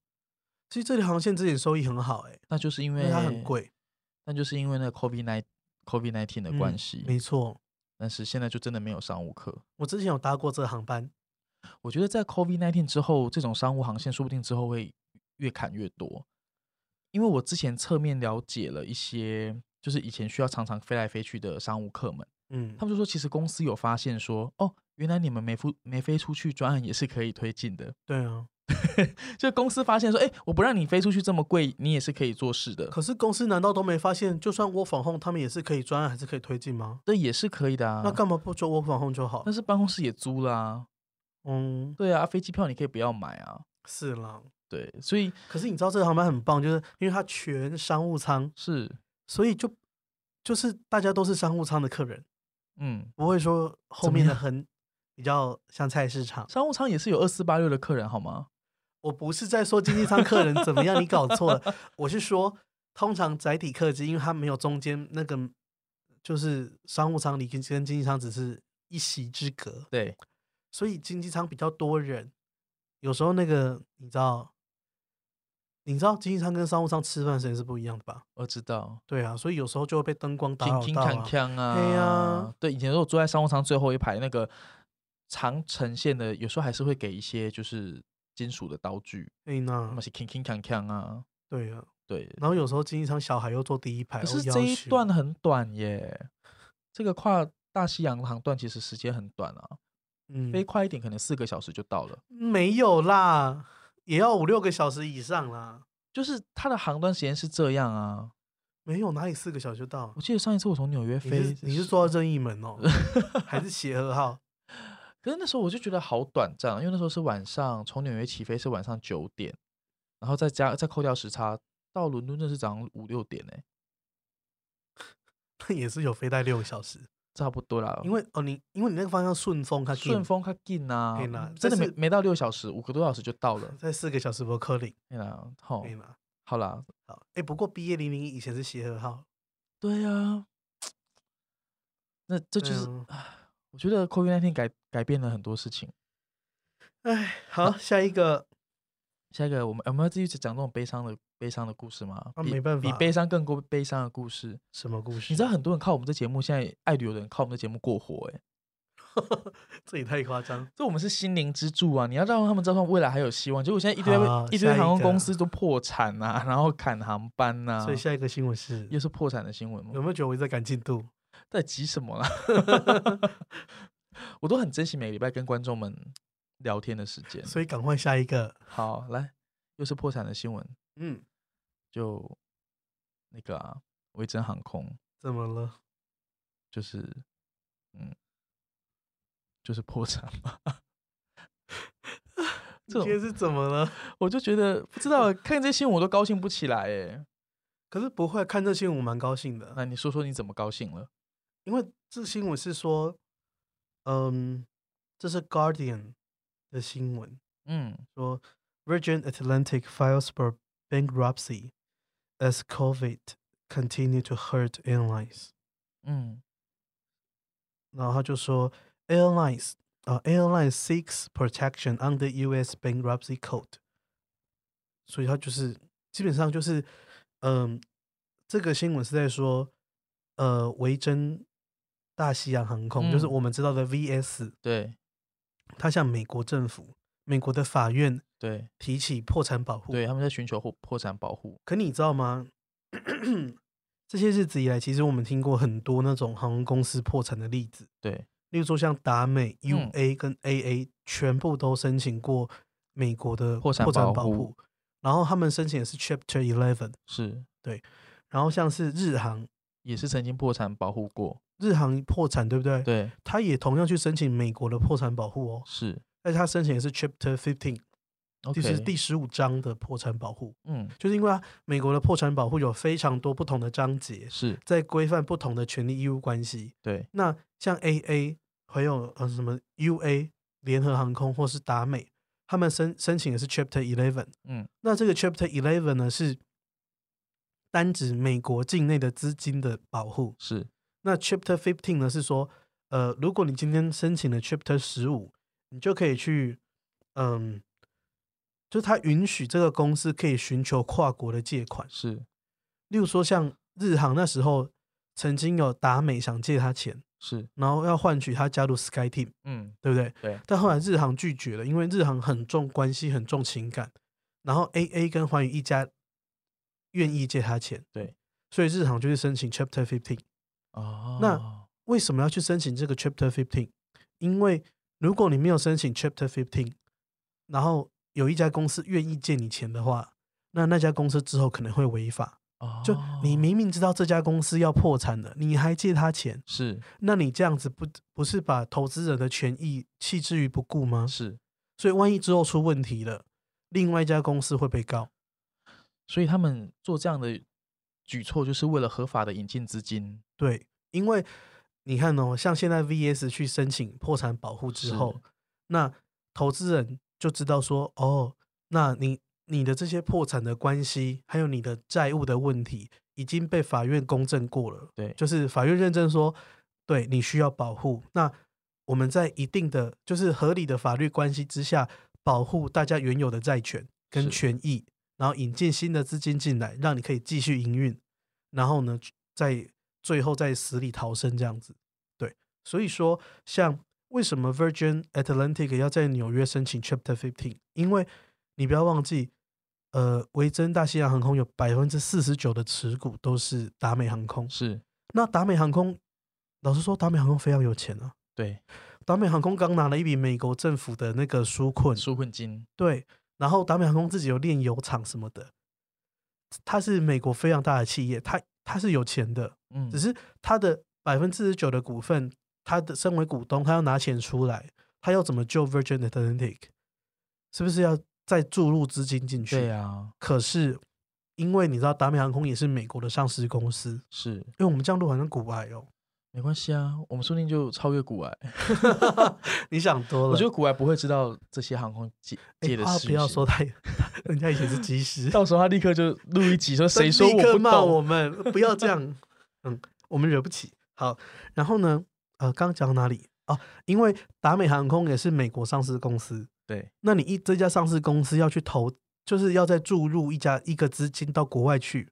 S1: 其实这条航线之前收益很好、欸，哎，
S2: 那就是因
S1: 因
S2: 为
S1: 为它很，贵，
S2: 那就是因为那 COVID 1 9 COVID 1 9的
S1: 嗯
S2: 关系、
S1: 没错。
S2: 但是现在就真的没有商务课，
S1: 我之前有搭过这个航班，
S2: 我觉得在 COVID 1 9之后，这种商务航线说不定之后会越砍越多，因为我之前侧面了解了一些，就是以前需要常常飞来飞去的商务客们，
S1: 嗯
S2: 他，们就说其实公司有发现说，哦，原来你们没付没飞出去专案也是可以推进的，
S1: 对啊。
S2: 就公司发现说，哎，我不让你飞出去这么贵，你也是可以做事的，
S1: 可是公司难道都没发现，就算 work from home，他们也是可以专案，还是可以推进吗？
S2: 这也是可以的啊。
S1: 那干嘛不就 work from home 就好
S2: 但？是办公室也租啦、
S1: 嗯，
S2: 对啊，飞机票你可以不要买啊。
S1: 是啦。
S2: 对，所以
S1: 可是你知道这个航班很棒，就是因为它全商务舱，
S2: 是
S1: 所以就就是大家都是商务舱的客人，
S2: 嗯，
S1: 不会说后
S2: 怎么
S1: 面的
S2: 样
S1: 很比较像菜市场。
S2: 商务舱也是有二四八六的客人好吗？
S1: 我不是在说经济舱客人怎么样，你搞错了，我是说通常载体客机，因为它没有中间那个，就是商务舱离跟跟经济舱只是一席之隔，
S2: 对，
S1: 所以经济舱比较多人，有时候那个你知道，你知道经济舱跟商务舱吃饭时间是不一样的吧？
S2: 我知道，
S1: 对啊，所以有时候就会被灯光打
S2: 挺
S1: 扰
S2: 挺
S1: 到、
S2: 锵
S1: 啊。
S2: 锵啊，
S1: 嘿啊
S2: 对，以前如果坐在商务舱最后一排那个长呈现的，有时候还是会给一些就是金属的刀具，
S1: 哎呐
S2: 那么，是铿铿锵锵啊，
S1: 对啊，
S2: 对。
S1: 然后有时候经济舱小孩又坐第一排，
S2: 可
S1: 哦
S2: 是
S1: 要
S2: 这一
S1: 求
S2: 段很短耶，这个跨大西洋航段其实时间很短啊，
S1: 嗯
S2: 飞快一点可能四个小时就到了。
S1: 没有啦，也要五六个小时以上啦。
S2: 就是它的航段时间是这样啊。
S1: 没有，哪里四个小时就到？
S2: 我记得上一次我从纽约
S1: 你
S2: 飞
S1: 是，你是坐到任意门哦，还是协和号？
S2: 可是那时候我就觉得好短暂啊，因为那时候是晚上从纽约起飞是晚上九点，然后再加再扣掉时差，到伦敦那是早上五六点欸呢、
S1: 那也是有飞带六个小时，
S2: 差不多啦。
S1: 因为哦你因为你那个方向顺风，它
S2: 顺风它近啊
S1: 嘿啦，
S2: 真的没
S1: 但是。
S2: 没到六小时，五个多小时就到了
S1: 在四个小时不扣零，
S2: 对啦，吼
S1: 对，吗？
S2: 好啦，
S1: 好，哎，不过 B A 零零以前是协和号，
S2: 对啊，那这就
S1: 对
S2: 是
S1: 啊，
S2: 唉我觉得 COVID 那天改改变了很多事情。
S1: 哎，
S2: 啊
S1: 好，下一个
S2: 下一个，我们我们要继续讲这种悲伤的悲伤的故事吗？
S1: 啊
S2: 比
S1: 没办
S2: 比
S1: 法
S2: 悲伤更过悲伤的故事。
S1: 什么故事？
S2: 你知道很多人靠我们这节目，现在爱旅游的人靠我们这节目过活、欸，
S1: 这也太夸张，
S2: 这我们是心灵支柱啊！你要让他们知道说未来还有希望。结果现在一堆
S1: 好
S2: 一
S1: 啊下
S2: 堆
S1: 一
S2: 航空
S1: 个
S2: 公司都破产啊，然后砍航班呐、
S1: 所以下一个新闻是
S2: 又是破产的新闻吗
S1: 有？没有觉得我一直在赶进度？
S2: 在急什么啦？ 我都很珍惜每个礼拜跟观众们聊天的时间。
S1: 所以赶快下一个，
S2: 好，来，又是破产的新闻，
S1: 嗯，
S2: 就那个啊，维珍航空
S1: 怎么了？
S2: 就是嗯，就是破产嘛。
S1: 今
S2: 这种
S1: 天是怎么了？
S2: 我就觉得不知道看这些新闻我都高兴不起来哎。
S1: 可是不会看这新闻，我蛮高兴的，
S2: 那你说说你怎么高兴了？
S1: 因为这新闻是说，嗯，这是 Guardian 的新闻，
S2: 嗯，
S1: 说 Virgin Atlantic files for bankruptcy as COVID continue to hurt airlines。
S2: 嗯
S1: 然后他就说，airlines 啊、a i r l i n e seeks protection under U.S. bankruptcy code，所以他就是基本上就是，嗯、这个新闻是在说，呃，维珍大西洋航空、就是
S2: 嗯
S1: 我们知道的 V.S，
S2: 对
S1: 他向美国政府、美国的法院
S2: 对
S1: 提起破产保护。
S2: 对，他们在寻求破破产保护。
S1: 可你知道吗？ 这些日子以来，其实我们听过很多那种航空公司破产的例子。
S2: 对，
S1: 例如说像达美、
S2: 嗯
S1: UA 跟 AA，、全部都申请过美国的
S2: 破产保
S1: 保
S2: 护
S1: 护，然后他们申请的是 Chapter Eleven，
S2: 是
S1: 然后像是日航，
S2: 也是曾经破产保护过。
S1: 日航破产对不对？
S2: 对，
S1: 他也同样去申请美国的破产保护哦，
S2: 是
S1: 但是他申请的是 Chapter Fifteen，
S2: OK，
S1: 就是第十五章的破产保护，
S2: 嗯
S1: 就是因为啊，美国的破产保护有非常多不同的章节，
S2: 是
S1: 在规范不同的权利义务关系。
S2: 对
S1: 那像 AA 还有呃什么 UA 联合航空或是达美，他们申申请的是 Chapter Eleven。
S2: 嗯，
S1: 那这个 Chapter Eleven 呢是单指美国境内的资金的保护。
S2: 是
S1: 那 Chapter Fifteen 呢是说，呃，如果你今天申请了 Chapter 十五，你就可以去，嗯，就是它允许这个公司可以寻求跨国的借款。
S2: 是
S1: 例如说，像日航那时候曾经有达美想借他钱。
S2: 是
S1: 然后要换取他加入 Sky Team，
S2: 嗯
S1: 对不对？
S2: 对
S1: 但后来日航拒绝了，因为日航很重关系，很重情感。然后 AA 跟环宇一家愿意借他钱，
S2: 对，
S1: 所以日航就去申请 Chapter Fifteen。
S2: 哦，
S1: 为什么要去申请这个 Chapter Fifteen？因为如果你没有申请 Chapter Fifteen，然后有一家公司愿意借你钱的话，那那家公司之后可能会违法。就你
S2: 哦
S1: 明明知道这家公司要破产了，你还借他钱，
S2: 是
S1: 那你这样子不不是把投资人的权益弃之于不顾吗？
S2: 是，
S1: 所以万一之后出问题了，另外一家公司会被告。
S2: 所以他们做这样的举措，就是为了合法的引进资金。
S1: 对，因为你看哦，像现在 VS 去申请破产保护之后
S2: 是，
S1: 那投资人就知道说，哦，那你你的这些破产的关系，还有你的债务的问题，已经被法院公证过了。
S2: 对
S1: 就是法院认证说，对你需要保护。那我们在一定的就是合理的法律关系之下，保护大家原有的债权跟
S2: 是
S1: 权益，然后引进新的资金进来，让你可以继续营运，然后呢，在最后再死里逃生这样子。对，所以说像为什么 Virgin Atlantic 要在纽约申请 Chapter Fifteen？因为你不要忘记，呃，维珍大西洋航空有百分之四十九的持股都是达美航空。
S2: 是，
S1: 那达美航空，老实说，达美航空非常有钱啊。
S2: 对，
S1: 达美航空刚拿了一笔美国政府的那个纾困，
S2: 纾困金
S1: 对，然后达美航空自己有炼油厂什么的，它是美国非常大的企业，它它是有钱的，
S2: 嗯，
S1: 只是它的百分之十九的股份，它的身为股东，它要拿钱出来，他要怎么救 Virgin Atlantic，是不是要再注入资金进去？
S2: 对啊，
S1: 可是因为你知道达美航空也是美国的上市公司，
S2: 是
S1: 因为我们这样录好像古癌 哦，
S2: 没关系啊，我们说不定就超越古埃。
S1: 你想多了。
S2: 我觉得古埃不会知道这些航空界
S1: 哎
S2: 界的
S1: 话
S2: 事、
S1: 不要说，他， 人家以前是机师，
S2: 到时候他立刻就录一集说 谁说
S1: 立刻
S2: 我不
S1: 骂
S2: 懂。
S1: 我们， 不要这样，嗯，我们惹不起。好，然后呢，呃，刚刚讲到哪里哦，因为达美航空也是美国上市公司，
S2: 对，
S1: 那你一这家上市公司要去投，就是要再注入一家一个资金到国外去，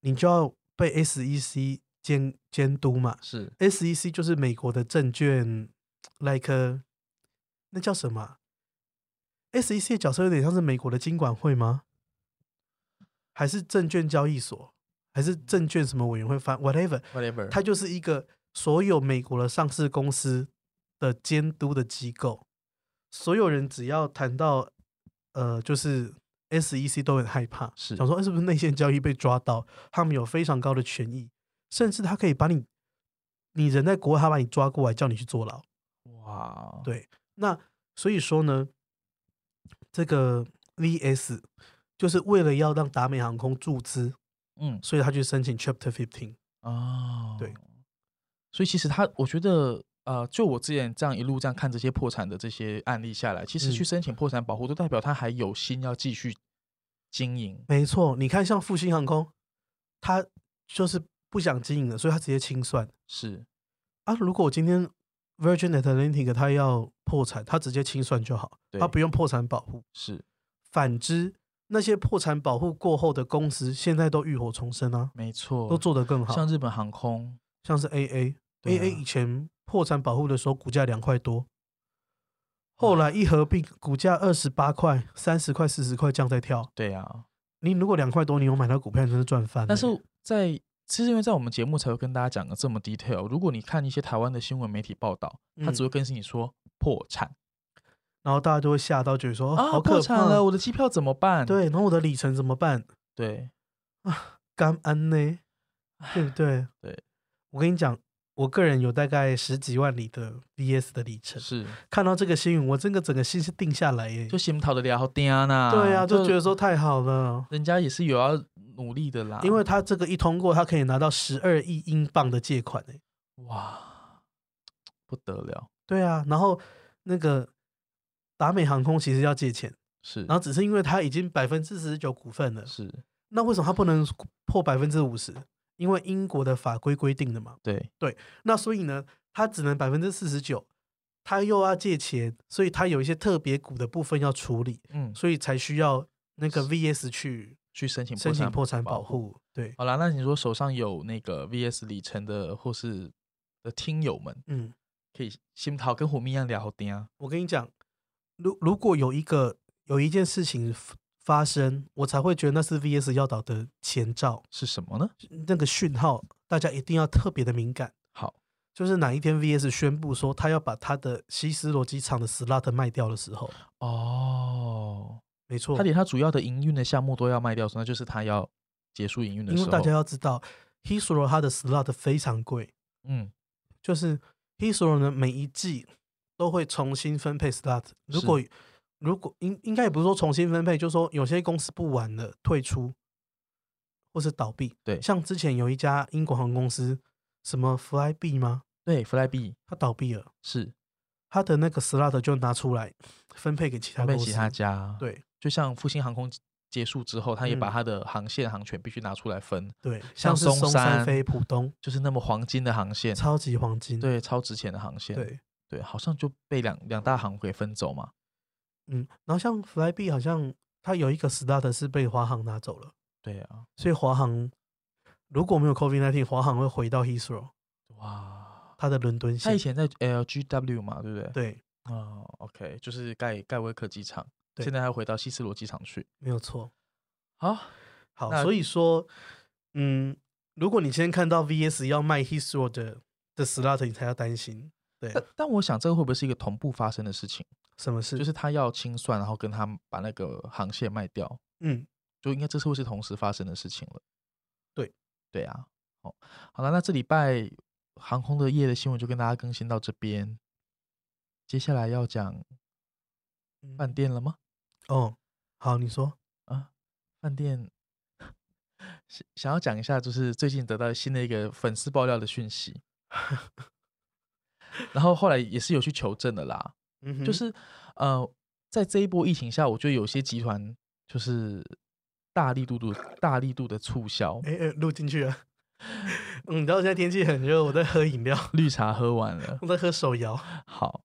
S1: 你就要被 SEC 监监督嘛。
S2: 是
S1: SEC 就是美国的证券，like a- 那叫什么啊？SEC 的角色有点像是美国的金管会吗？还是证券交易所？还是证券什么委员会？反 whatever，
S2: whatever。
S1: 它就是一个所有美国的上市公司的监督的机构。所有人只要谈到呃，就是 SEC 都很害怕，
S2: 是
S1: 想说、诶哎是不是内线交易被抓到，他们有非常高的权益，甚至他可以把你你人在国外，他把你抓过来叫你去坐牢。
S2: 哇，
S1: 对那所以说呢，这个 VS 就是为了要让达美航空注资，
S2: 嗯
S1: 所以他去申请 Chapter Fifteen。
S2: 哦，
S1: 对。
S2: 所以其实他，我觉得，呃，就我之前这样一路这样看这些破产的这些案例下来，其实去
S1: 嗯
S2: 申请破产保护，都代表他还有心要继续经营。
S1: 没错，你看像复兴航空，他就是不想经营了，所以他直接清算
S2: 是，
S1: 啊。如果我今天 Virgin Atlantic 他要破产，他直接清算就好，
S2: 对，
S1: 他不用破产保护。
S2: 是
S1: 反之，那些破产保护过后的公司，现在都浴火重生啊，
S2: 没错，
S1: 都做得更好，
S2: 像
S1: 像
S2: 日本航空，
S1: 是 AA，AA、
S2: 对
S1: AA
S2: 啊
S1: 以前破产保护的时候股价两块多。后来一合并，股价二十八块、三十块、四十块这样在跳。
S2: 对啊，
S1: 你如果两块多，你有买到股票，你真的赚翻了。欸
S2: 但是在其实因为在我们节目才会跟大家讲的这么 detail。如果你看一些台湾的新闻媒体报道，他只
S1: 嗯
S2: 会更新你说破产、
S1: 然后大家都会吓到，觉得说、哦、
S2: 啊，
S1: 好可
S2: 破产
S1: 怕
S2: 了，我的机票怎么办？
S1: 对，然后我的里程怎么办？
S2: 对
S1: 感恩呢，对不对？
S2: 对，
S1: 我跟你讲，我个人有大概十几万里的 VS 的里程，
S2: 是，
S1: 看到这个新闻，我这个整个心是定下来耶
S2: 就。心掏的聊好颠呐，
S1: 对啊，就觉得说太好了，
S2: 人家也是有要努力的啦，
S1: 因为他这个一通过，他可以拿到十二亿英镑的借款诶。
S2: 哇不得了，
S1: 对啊，然后那个达美航空其实要借钱，
S2: 是，
S1: 然后只是因为他已经百分之四十九股份了，
S2: 是
S1: 那为什么他不能破百分之五十？因为英国的法规规定的嘛。
S2: 对
S1: 那所以呢，他只能百分之四十九，他又要借钱，所以他有一些特别股的部分要处理，
S2: 嗯
S1: 所以才需要那个 VS 去
S2: 去申请
S1: 申请破产
S2: 保
S1: 保。护。对，
S2: 好啦，那你说手上有那个 VS 里程的或是的听友们，
S1: 嗯，
S2: 可以心桃跟虎咪一样聊好天啊。
S1: 我跟你讲，如如果有一个有一件事情发发生，我才会觉得那是 VS 要倒的前兆，
S2: 是什么呢？
S1: 那个讯号大家一定要特别的敏感。
S2: 好，
S1: 就是哪一天 VS 宣布说他要把他的西斯罗机场的 slot 卖掉的时候，
S2: 哦，
S1: 没错
S2: 他，连他主要的营运的项目都要卖掉，那就是他要结束营运的时
S1: 因
S2: 候。
S1: 为大家要知道 h i s r o 它的 slot 非常贵，
S2: 嗯，
S1: 就是 h i s r o 呢每一季都会重新分配 slot。如
S2: 是
S1: 果如果应应该也不是说重新分配，就是说有些公司不玩了退出或是倒闭。
S2: 对
S1: 像之前有一家英国航空公司，什么 Flybe 吗？
S2: 对，Flybe
S1: 它倒闭了，
S2: 是
S1: 它的那个 slot 就拿出来分配给其他
S2: 他
S1: 公
S2: 被
S1: 司。
S2: 其他家，，
S1: 对
S2: 就像复兴航空结束之后，他也把
S1: 嗯
S2: 他的航线航权必须拿出来分，
S1: 对，
S2: 像
S1: 像是
S2: 松
S1: 松
S2: 山
S1: 山飞浦东，
S2: 就是那么黄金的航线，
S1: 超级黄金。
S2: 对，超值钱的航线，
S1: 对，
S2: 对，好像就被两两大航给分走嘛。
S1: 嗯，然后像 Flybe 好像它有一个 slot 是被华航拿走了，
S2: 对啊，
S1: 所以华航如果没有 COVID nineteen，华航会回到 Heathrow
S2: 哇，
S1: 它的伦敦
S2: 他以
S1: 线。
S2: 前在 LGW 嘛，对不对？
S1: 对，
S2: 哦，OK，就是盖盖威克机场，
S1: 对
S2: 现在要回到希斯罗机场去。
S1: 没有错。
S2: 好，
S1: 好，
S2: 那
S1: 所以说，嗯，如果你先看到 VS 要卖 Heathrow 的的 slot，你才要担心。对，
S2: 但但我想这个会不会是一个同步发生的事情？
S1: 什么事？
S2: 呃就是他要清算，然后跟他把那个航线卖掉，
S1: 嗯，
S2: 就应该这是会是同时发生的事情了。
S1: 对，
S2: 对啊。哦，好了，那这礼拜航空的业的新闻就跟大家更新到这边。接下来要讲饭店了吗？
S1: 嗯哦，好，你说，
S2: 啊，饭店 想想要讲一下，就是最近得到新的一个粉丝爆料的讯息， 然后后来也是有去求证的啦。
S1: 嗯
S2: 就，是呃，在这一波疫情下，我觉得有些集团就是大力度度大力度的促销，
S1: 哎、呃录进去了。嗯，你知道现在天气很热，我在喝饮料，
S2: 绿茶喝完 了，
S1: 我在喝手摇。
S2: 好，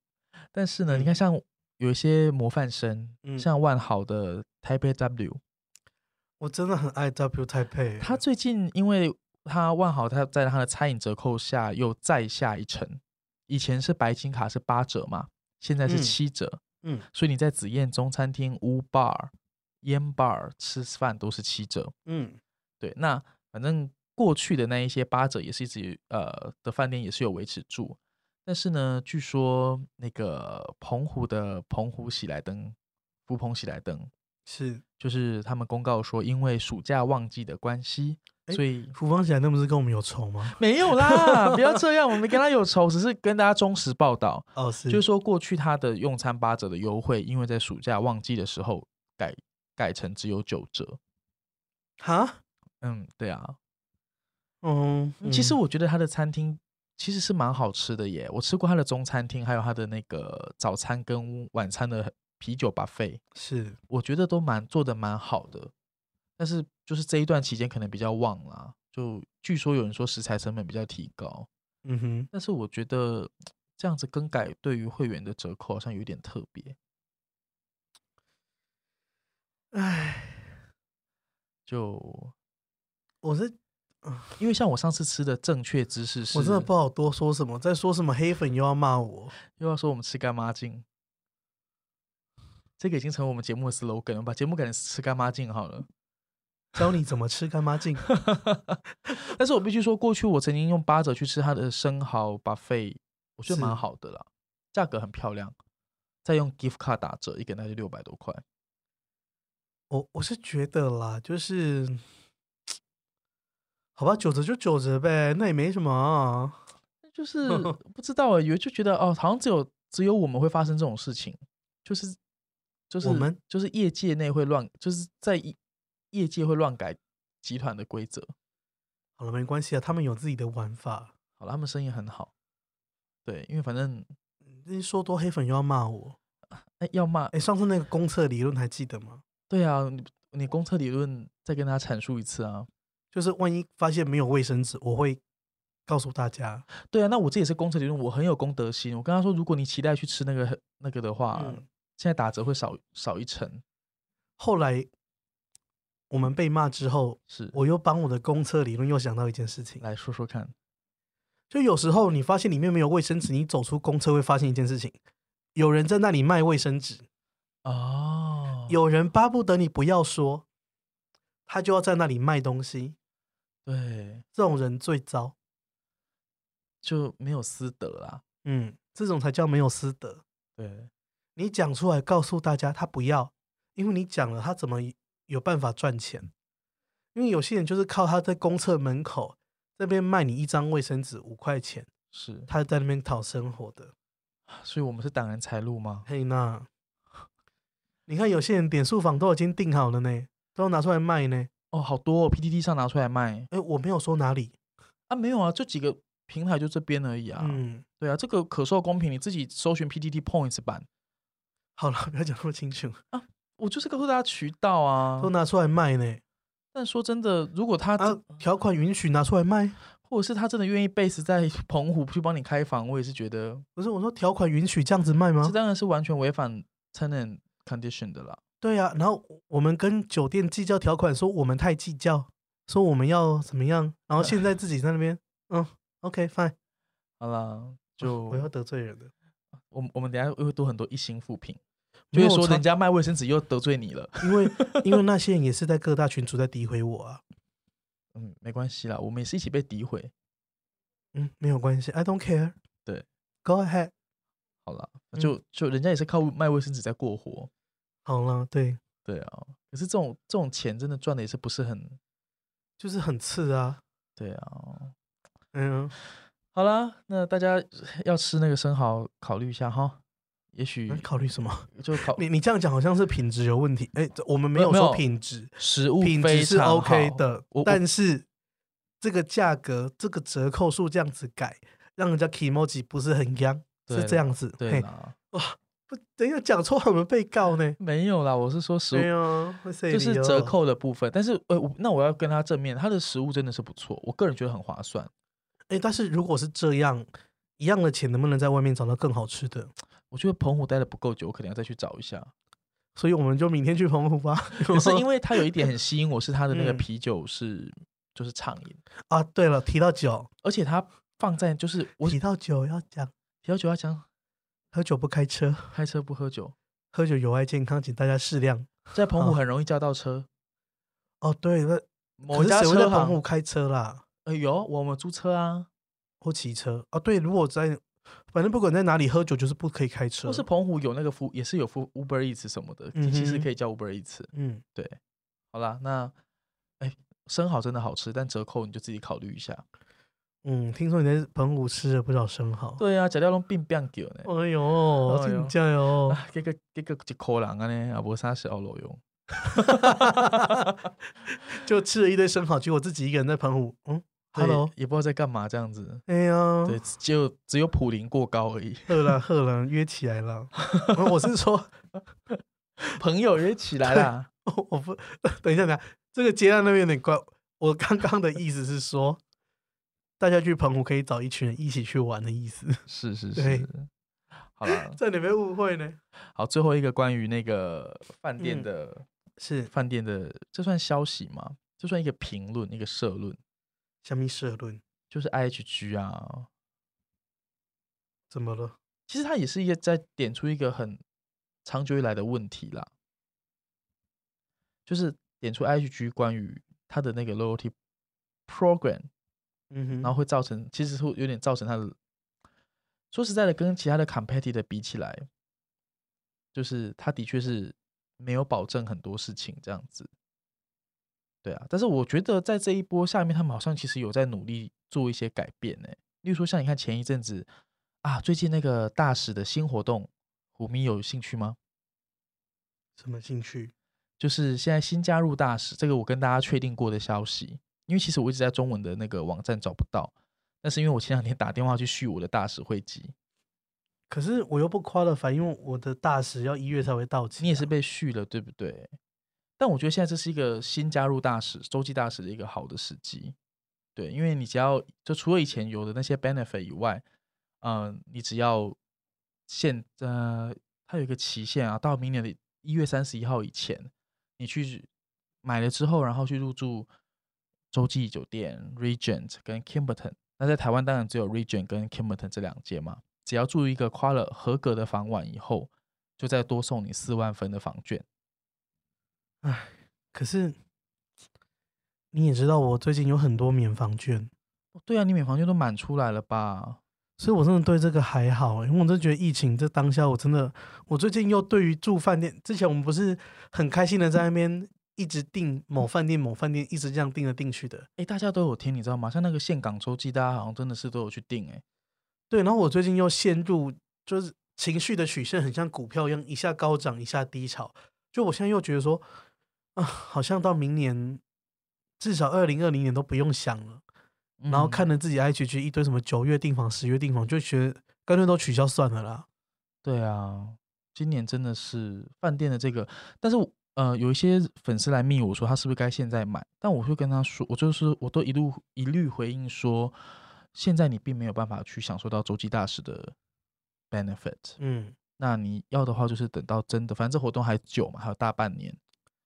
S2: 但是呢，你
S1: 嗯
S2: 看像有一些模范生，
S1: 嗯
S2: 像万豪的台北 W，
S1: 我真的很爱 W 欸台配，
S2: 他最近因为他万豪他在他的餐饮折扣下又再下一层，以前是白金卡是八折嘛，现在是
S1: 嗯
S2: 七折，
S1: 嗯
S2: 所以你在紫燕中餐厅、乌 bar、烟 bar 吃饭都是七折。
S1: 嗯
S2: 对，那反正过去的那一些八折也是一直呃的饭店也是有维持住，但是呢，据说那个澎湖的澎湖喜来登、福朋喜来登，
S1: 是。
S2: 就是他们公告说，因为暑假旺季的关系，
S1: 诶
S2: 所以
S1: 福方喜来那不是跟我们有仇吗？
S2: 没有啦，不要这样，我们跟他有仇，只是跟大家忠实报道，
S1: 哦，是，
S2: 就是说过去他的用餐八折的优惠，因为在暑假旺季的时候改改成只有九折。
S1: 哈，
S2: 嗯，对啊，
S1: 嗯，
S2: 其实
S1: 嗯
S2: 我觉得他的餐厅其实是蛮好吃的耶，我吃过他的中餐厅，还有他的那个早餐跟晚餐的啤酒 buffet，
S1: 是
S2: 我觉得都蛮做的蛮好的。但是就是这一段期间可能比较旺啦，就据说有人说食材成本比较提高，
S1: 嗯哼，
S2: 但是我觉得这样子更改对于会员的折扣好像有点特别，
S1: 唉，
S2: 就
S1: 我是
S2: 因为像我上次吃的正确姿势是，
S1: 我真的不好多说什么，再说什么黑粉又要骂我，
S2: 又要说我们吃干妈净，这个已经成为我们节目的 slogan 了，我们把节目改成吃干妈净好了。
S1: 教你怎么吃干妈 净。
S2: 但是我必须说，过去我曾经用八折去吃它的生蚝 buffet，我觉得蛮
S1: 是
S2: 好的啦，价格很漂亮。再用 gift card 打折，一个那就六百多块。
S1: 我我是觉得啦，就是，好吧，九折就九折呗，那也没什么啊、
S2: 就是 不知道、欸，有就觉得哦，好像只有只有我们会发生这种事情，就是就是
S1: 我们
S2: 就是业界内会乱，就是在业业界会乱改集团的规则。
S1: 好了，没关系啊，他们有自己的玩法。
S2: 好了，他们生意很好，对，因为反正
S1: 你说多黑粉又要骂我，
S2: 哎要骂，
S1: 哎，上次那个公测理论还记得吗？
S2: 对啊，你你公测理论再跟他阐述一次啊，
S1: 就是万一发现没有卫生纸，我会告诉大家。
S2: 对啊，那我这也是公测理论，我很有公德心，我跟他说，如果你期待去吃那个那个的话，
S1: 嗯
S2: 现在打折会少少一成，
S1: 后来我们被骂之后，
S2: 是
S1: 我又帮我的公厕理论又想到一件事情，
S2: 来说说看，
S1: 就有时候你发现里面没有卫生纸，你走出公厕会发现一件事情，有人在那里卖卫生纸，
S2: 哦，
S1: 有人巴不得你不要说，他就要在那里卖东西，
S2: 对，
S1: 这种人最糟，
S2: 就没有私德啦，
S1: 嗯，这种才叫没有私德。
S2: 对，
S1: 你讲出来告诉大家他不要，因为你讲了他怎么有办法赚钱？因为有些人就是靠他在公厕门口那边卖你一张卫生纸五块钱，
S2: 是，
S1: 他在那边讨生活的。
S2: 所以我们是挡人财路吗？
S1: 嘿那，你看有些人点数房都已经订好了呢，都要拿出来卖呢。
S2: 哦，好多、哦、PDD 上拿出来卖
S1: 哎，我没有说哪里，
S2: 啊，没有啊，就几个平台就这边而已啊，
S1: 嗯，
S2: 对啊，这个可受公平，你自己搜寻 PTT Points 版，
S1: 好了，不要讲那么清楚，
S2: 我就是告诉大家渠道啊
S1: 都。拿出来卖呢。
S2: 但说真的，如果他、
S1: 哦啊，条款允许拿出来卖，
S2: 或者是他真的愿意 base 在 澎湖去帮你开房，我也是觉得
S1: 不是我说条款允许这样子卖吗
S2: 这？当然是完全违反 tenant condition 的啦。
S1: 对呀、然后我们跟酒店计较条款，说我们太计较，说我们要怎么样，然后现在自己在那边，嗯，OK fine，
S2: 好啦，就
S1: 啊我要得罪人了，
S2: 我们我们等一下会多很多一星复评，
S1: 没
S2: 就会
S1: 有
S2: 说
S1: 我常
S2: 人家卖卫生纸又得罪你了。
S1: 因 为因为那些人也是在各大群组在诋毁我啊，
S2: 嗯，没关系啦，我们也是一起被诋毁。
S1: 嗯，没有关系，I don't care，
S2: 对
S1: ，Go ahead，
S2: 好啦，
S1: 嗯
S2: 就、就人家也是靠卖卫生纸在过活。
S1: 好了，对，
S2: 对啊，可是这种这种钱真的赚的也是不是很
S1: 就是很次啊，
S2: 对啊。
S1: 嗯，
S2: 好啦，那大家要吃那个生蚝，考虑一下哈。也许
S1: 那嗯考虑什么？
S2: 就考
S1: 你你这样讲好像是品质有问题。哎、这我们没
S2: 没有
S1: 有
S2: 没
S1: 说
S2: 有
S1: 品质，
S2: 食物
S1: 品质
S2: 非
S1: 是
S2: 常
S1: OK
S2: 好
S1: 的
S2: 我，我
S1: 但是这个价格、这个折扣数这样子改，让人家 k i m o j i 不是很香，
S2: 对
S1: 是
S2: 啦
S1: 这样子。
S2: 对
S1: 嘿
S2: 啦，
S1: 不，等一下讲错，我们被告呢？
S2: 没有啦，我是说食
S1: 对
S2: 物。
S1: 啊，会塞
S2: 就是
S1: 里哦
S2: 折。扣的部分，但是呃，我那我要跟他正面，他的食物真的是不错，我个人觉得很划算。
S1: 哎、但是如果是这样，一样的钱能不能在外面找到更好吃的？
S2: 我觉得澎湖待的不够久，我可能要再去找一 下。
S1: 所以我们就明天去澎湖吧。
S2: 可是因为它有一点很吸引我，是它的那个
S1: 嗯
S2: 啤酒是就是畅饮，
S1: 啊，对了，提到酒，
S2: 而且它放在就是我
S1: 提到酒要讲
S2: 啤酒要讲
S1: 喝酒不开车，
S2: 开车不喝酒，
S1: 喝酒有害健康，请大家适量。
S2: 在澎湖
S1: 哦
S2: 很容易叫到车，
S1: 哦，对，那可
S2: 某一
S1: 是
S2: 家
S1: 谁会在
S2: 车
S1: 澎湖
S2: 行
S1: 开车啦？
S2: 呃有我们租车啊，
S1: 或骑车啊？对，如果在反正不管在哪里喝酒，就是不可以开车。
S2: 或是澎湖有那个服也是有服 Uber Eats 什么的，
S1: 嗯
S2: 其实
S1: 哼
S2: 可以叫 Uber Eats。
S1: 嗯，
S2: 好啦，那哎生蚝真的好吃，但折扣你就自己考虑一下。
S1: 嗯，听说你在澎湖吃了不少生蚝。
S2: 对啊，假料弄病变狗呢，
S1: 哎呦，
S2: 哎呦
S1: 真加油！
S2: 啊，这个这个一口人啊呢，啊无啥是欧罗用。
S1: 就吃了一堆生蚝，结果自己一个人在澎湖。嗯
S2: 对
S1: ，Hello，
S2: 也不知道在干嘛这样子。
S1: 哎呀，
S2: 对，只有只有普林过高而已。
S1: 喝了喝了，约起来了。 嗯我是说，
S2: 朋友约起来啦，
S1: 我不等一下，等一下，这个接案那边有点怪。我刚刚的意思是说，大家去澎湖可以找一群人一起去玩的意 思，
S2: 是是
S1: 对
S2: 是。好啦，
S1: 这你别误会呢。
S2: 好，最后一个关于那个饭店
S1: 嗯
S2: 的、
S1: 是
S2: 饭店的，这算消息吗？这算一个评论，一个社论，
S1: 虾米社论
S2: 就是 IHG 啊。
S1: 怎么了？
S2: 其实它也是一个在点出一个很长久以来的问题啦，就是点出 IHG 关于它的那个 loyalty program
S1: 嗯哼，
S2: 然后会造成，其实会有点造成它的。说实在的，跟其他的 competitor 比起来，就是它的确是没有保证很多事情这样子。对啊，但是我觉得在这一波下面，他们好像其实有在努力做一些改变呢、例如说，像你看前一阵子啊，最近那个大使的新活动，虎迷有兴趣吗？
S1: 什么兴趣？
S2: 就是现在新加入大使，这个我跟大家确定过的消息，因为其实我一直在中文的那个网站找不到，但是因为我前两天打电话去续我的大使会籍，
S1: 可是我又不 qualify，因为我的大使要一月才会到期啊、
S2: 你也是被续了，对不对？但我觉得现在这是一个新加入大使、洲际大使的一个好的时机，对，因为你只要就除了以前有的那些 benefit 以外，嗯、你只要现呃，它有一个期限啊，到明年的一月三十一号以前，你去买了之后，然后去入住洲际酒店 Regent 跟 Kimberton。那在台湾当然只有 Regent 跟 Kimberton 这两间嘛，只要住一个夸了合格的房晚以后，就再多送你四万分的房券。
S1: 可是你也知道，我最近有很多免房券，
S2: 哦对啊，你免房券都满出来了吧？
S1: 所以我真的对这个还好欸、因为我真的觉得疫情这当下，我真的，我最近又对于住饭店，之前我们不是很开心的在那边一直订某饭店、某饭店，一直这样订来订去的。
S2: 诶，大家都有听，你知道吗？像那个岘港洲际，大家好像真的是都有去订诶。
S1: 对，然后我最近又陷入就是情绪的曲线，很像股票一样，一下高涨，一下低潮。就我现在又觉得说，啊，好像到明年至少二零二零年都不用想了。然后
S2: 嗯
S1: 看着自己 IHG 一堆什么九月订房、十月订房，就觉得干脆都取消算了啦。
S2: 对啊，今年真的是饭店的这个，但是我呃，有一些粉丝来密我说他是不是该现在买，但我就跟他说，我就是我都一路一律回应说，现在你并没有办法去享受到洲际大使的 benefit，
S1: 嗯，
S2: 那你要的话就是等到真的，反正这活动还久嘛，还有大半年，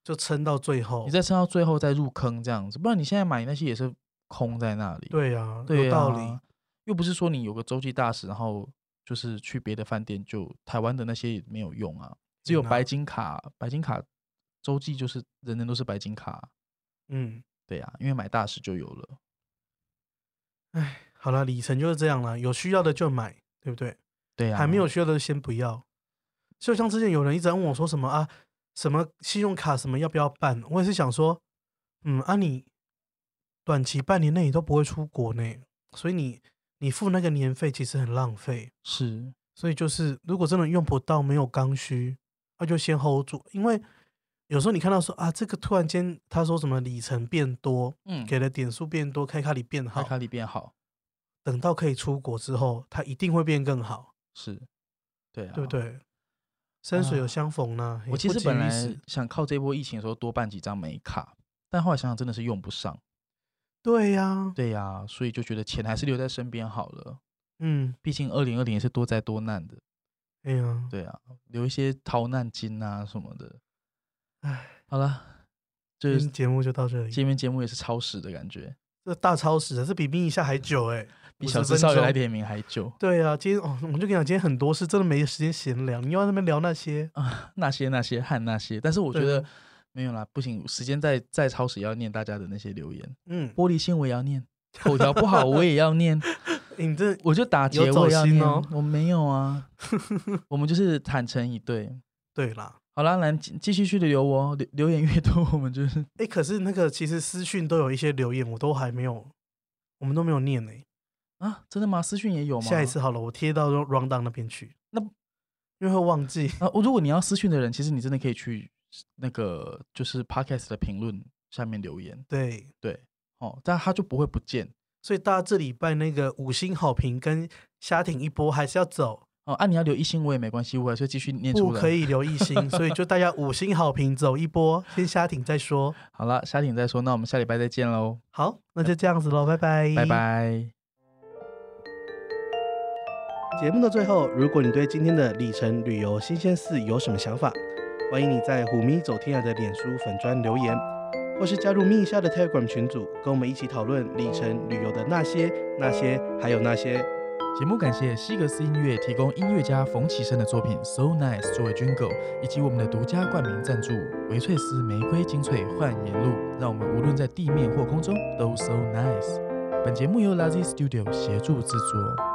S1: 就撑到最后
S2: 你。再撑到最后再入坑这样子，不然你现在买那些也是空在那里。
S1: 对呀、
S2: 对
S1: 有
S2: 啊
S1: 道理。
S2: 又不是说你有个洲际大使，然后就是去别的饭店就台湾的那些也没有用啊，只有
S1: 嗯啊
S2: 白金卡，白金卡洲际就是人人都是白金卡，
S1: 嗯，
S2: 对啊，因为买大使就有了。
S1: 好啦，里程就是这样啦，有需要的就买，对不对？
S2: 对啊，
S1: 还没有需要的就先不要。就像之前有人一直在问我说什么啊，什么信用卡什么要不要办？我也是想说，嗯，啊你短期半年内你都不会出国呢，所以你你付那个年费其实很浪费。
S2: 是
S1: 所以就是如果真的用不到，没有刚需，那就先 hold 住，因为有时候你看到说啊，这个突然间他说什么里程变多，
S2: 嗯，
S1: 给的点数变多，开卡里变
S2: 卡
S1: 好，
S2: 卡里变好，
S1: 等到可以出国之后，它一定会变更好，
S2: 是，对啊，
S1: 对不？对？山水有
S2: 啊
S1: 相逢呢、也
S2: 我其
S1: 不
S2: 实
S1: 急
S2: 本
S1: 于
S2: 来
S1: 死
S2: 想靠这波疫情的时候多办几张美卡，但后来想想真的是用不上。
S1: 对呀、
S2: 对呀、所以就觉得钱还是留在身边好了。
S1: 嗯，
S2: 毕竟二零二零也是多灾多难的，
S1: 哎呀，
S2: 对啊，留一些逃难金啊什么的。
S1: 哎，
S2: 好了，
S1: 今
S2: 就是
S1: 天节目就到这里。
S2: 今天节目也是超时的感觉，
S1: 这大超时啊，这比眯一下还久哎、
S2: 比
S1: 50
S2: 小资
S1: 分
S2: 少爷
S1: 钟
S2: 来点名还久。
S1: 对啊，今天哦，我就跟你讲，今天很多事真的没时间闲聊，你又在那边聊那些，
S2: 那些那些和那些，但是我觉
S1: 对
S2: 得没有啦，不行，时间再再超时也要念大家的那些留言，
S1: 嗯，
S2: 玻璃心我也要念，口条不好我也要念，
S1: 欸你这
S2: 我就打结
S1: 有走
S2: 我也要
S1: 心
S2: 念，
S1: 哦
S2: 我没 有啊，我们就是坦诚以对。
S1: 对啦，
S2: 好啦，来继继续去留哦，留留言越多，我们就是
S1: 哎、可是那个其实私讯都有一些留言，我都还没有，我们都没有念呢、
S2: 啊，真的吗？私讯也有吗？
S1: 下一次好了，我贴到 round down 那边去，
S2: 那
S1: 因为会忘记。
S2: 啊，我如果你要私讯的人，其实你真的可以去那个就是 podcast 的评论下面留言，
S1: 对，
S2: 对，哦，但他就不会不见
S1: 所以大家这礼拜那个五星好评跟瞎挺一波还是要走，
S2: 哦。啊，你要留一星我也没关系，我还是会继续念
S1: 不
S2: 出来。
S1: 可以留一星，所以就大家五星好评走一波，先瞎挺再说。
S2: 好了，下顶再说，那我们下礼拜再见喽，
S1: 好，那就这样子喽，拜拜，
S2: 拜。拜。
S1: 节目的最后，如果你对今天的里程旅游新鲜事有什么想法，欢迎你在虎咪走天涯的脸书粉砖留言，或是加入咪一下的 Telegram 群组，跟我们一起讨论里程旅游的那些、那些，还有那些。
S2: 节目感谢西格斯音乐提供音乐家冯启生的作品《So Nice》作为 Jingle，以及我们的独家冠名赞助维翠斯玫瑰精粹焕颜露，让我们无论在地面或空中都 So Nice。本节目由 Lazy Studio 协助制作。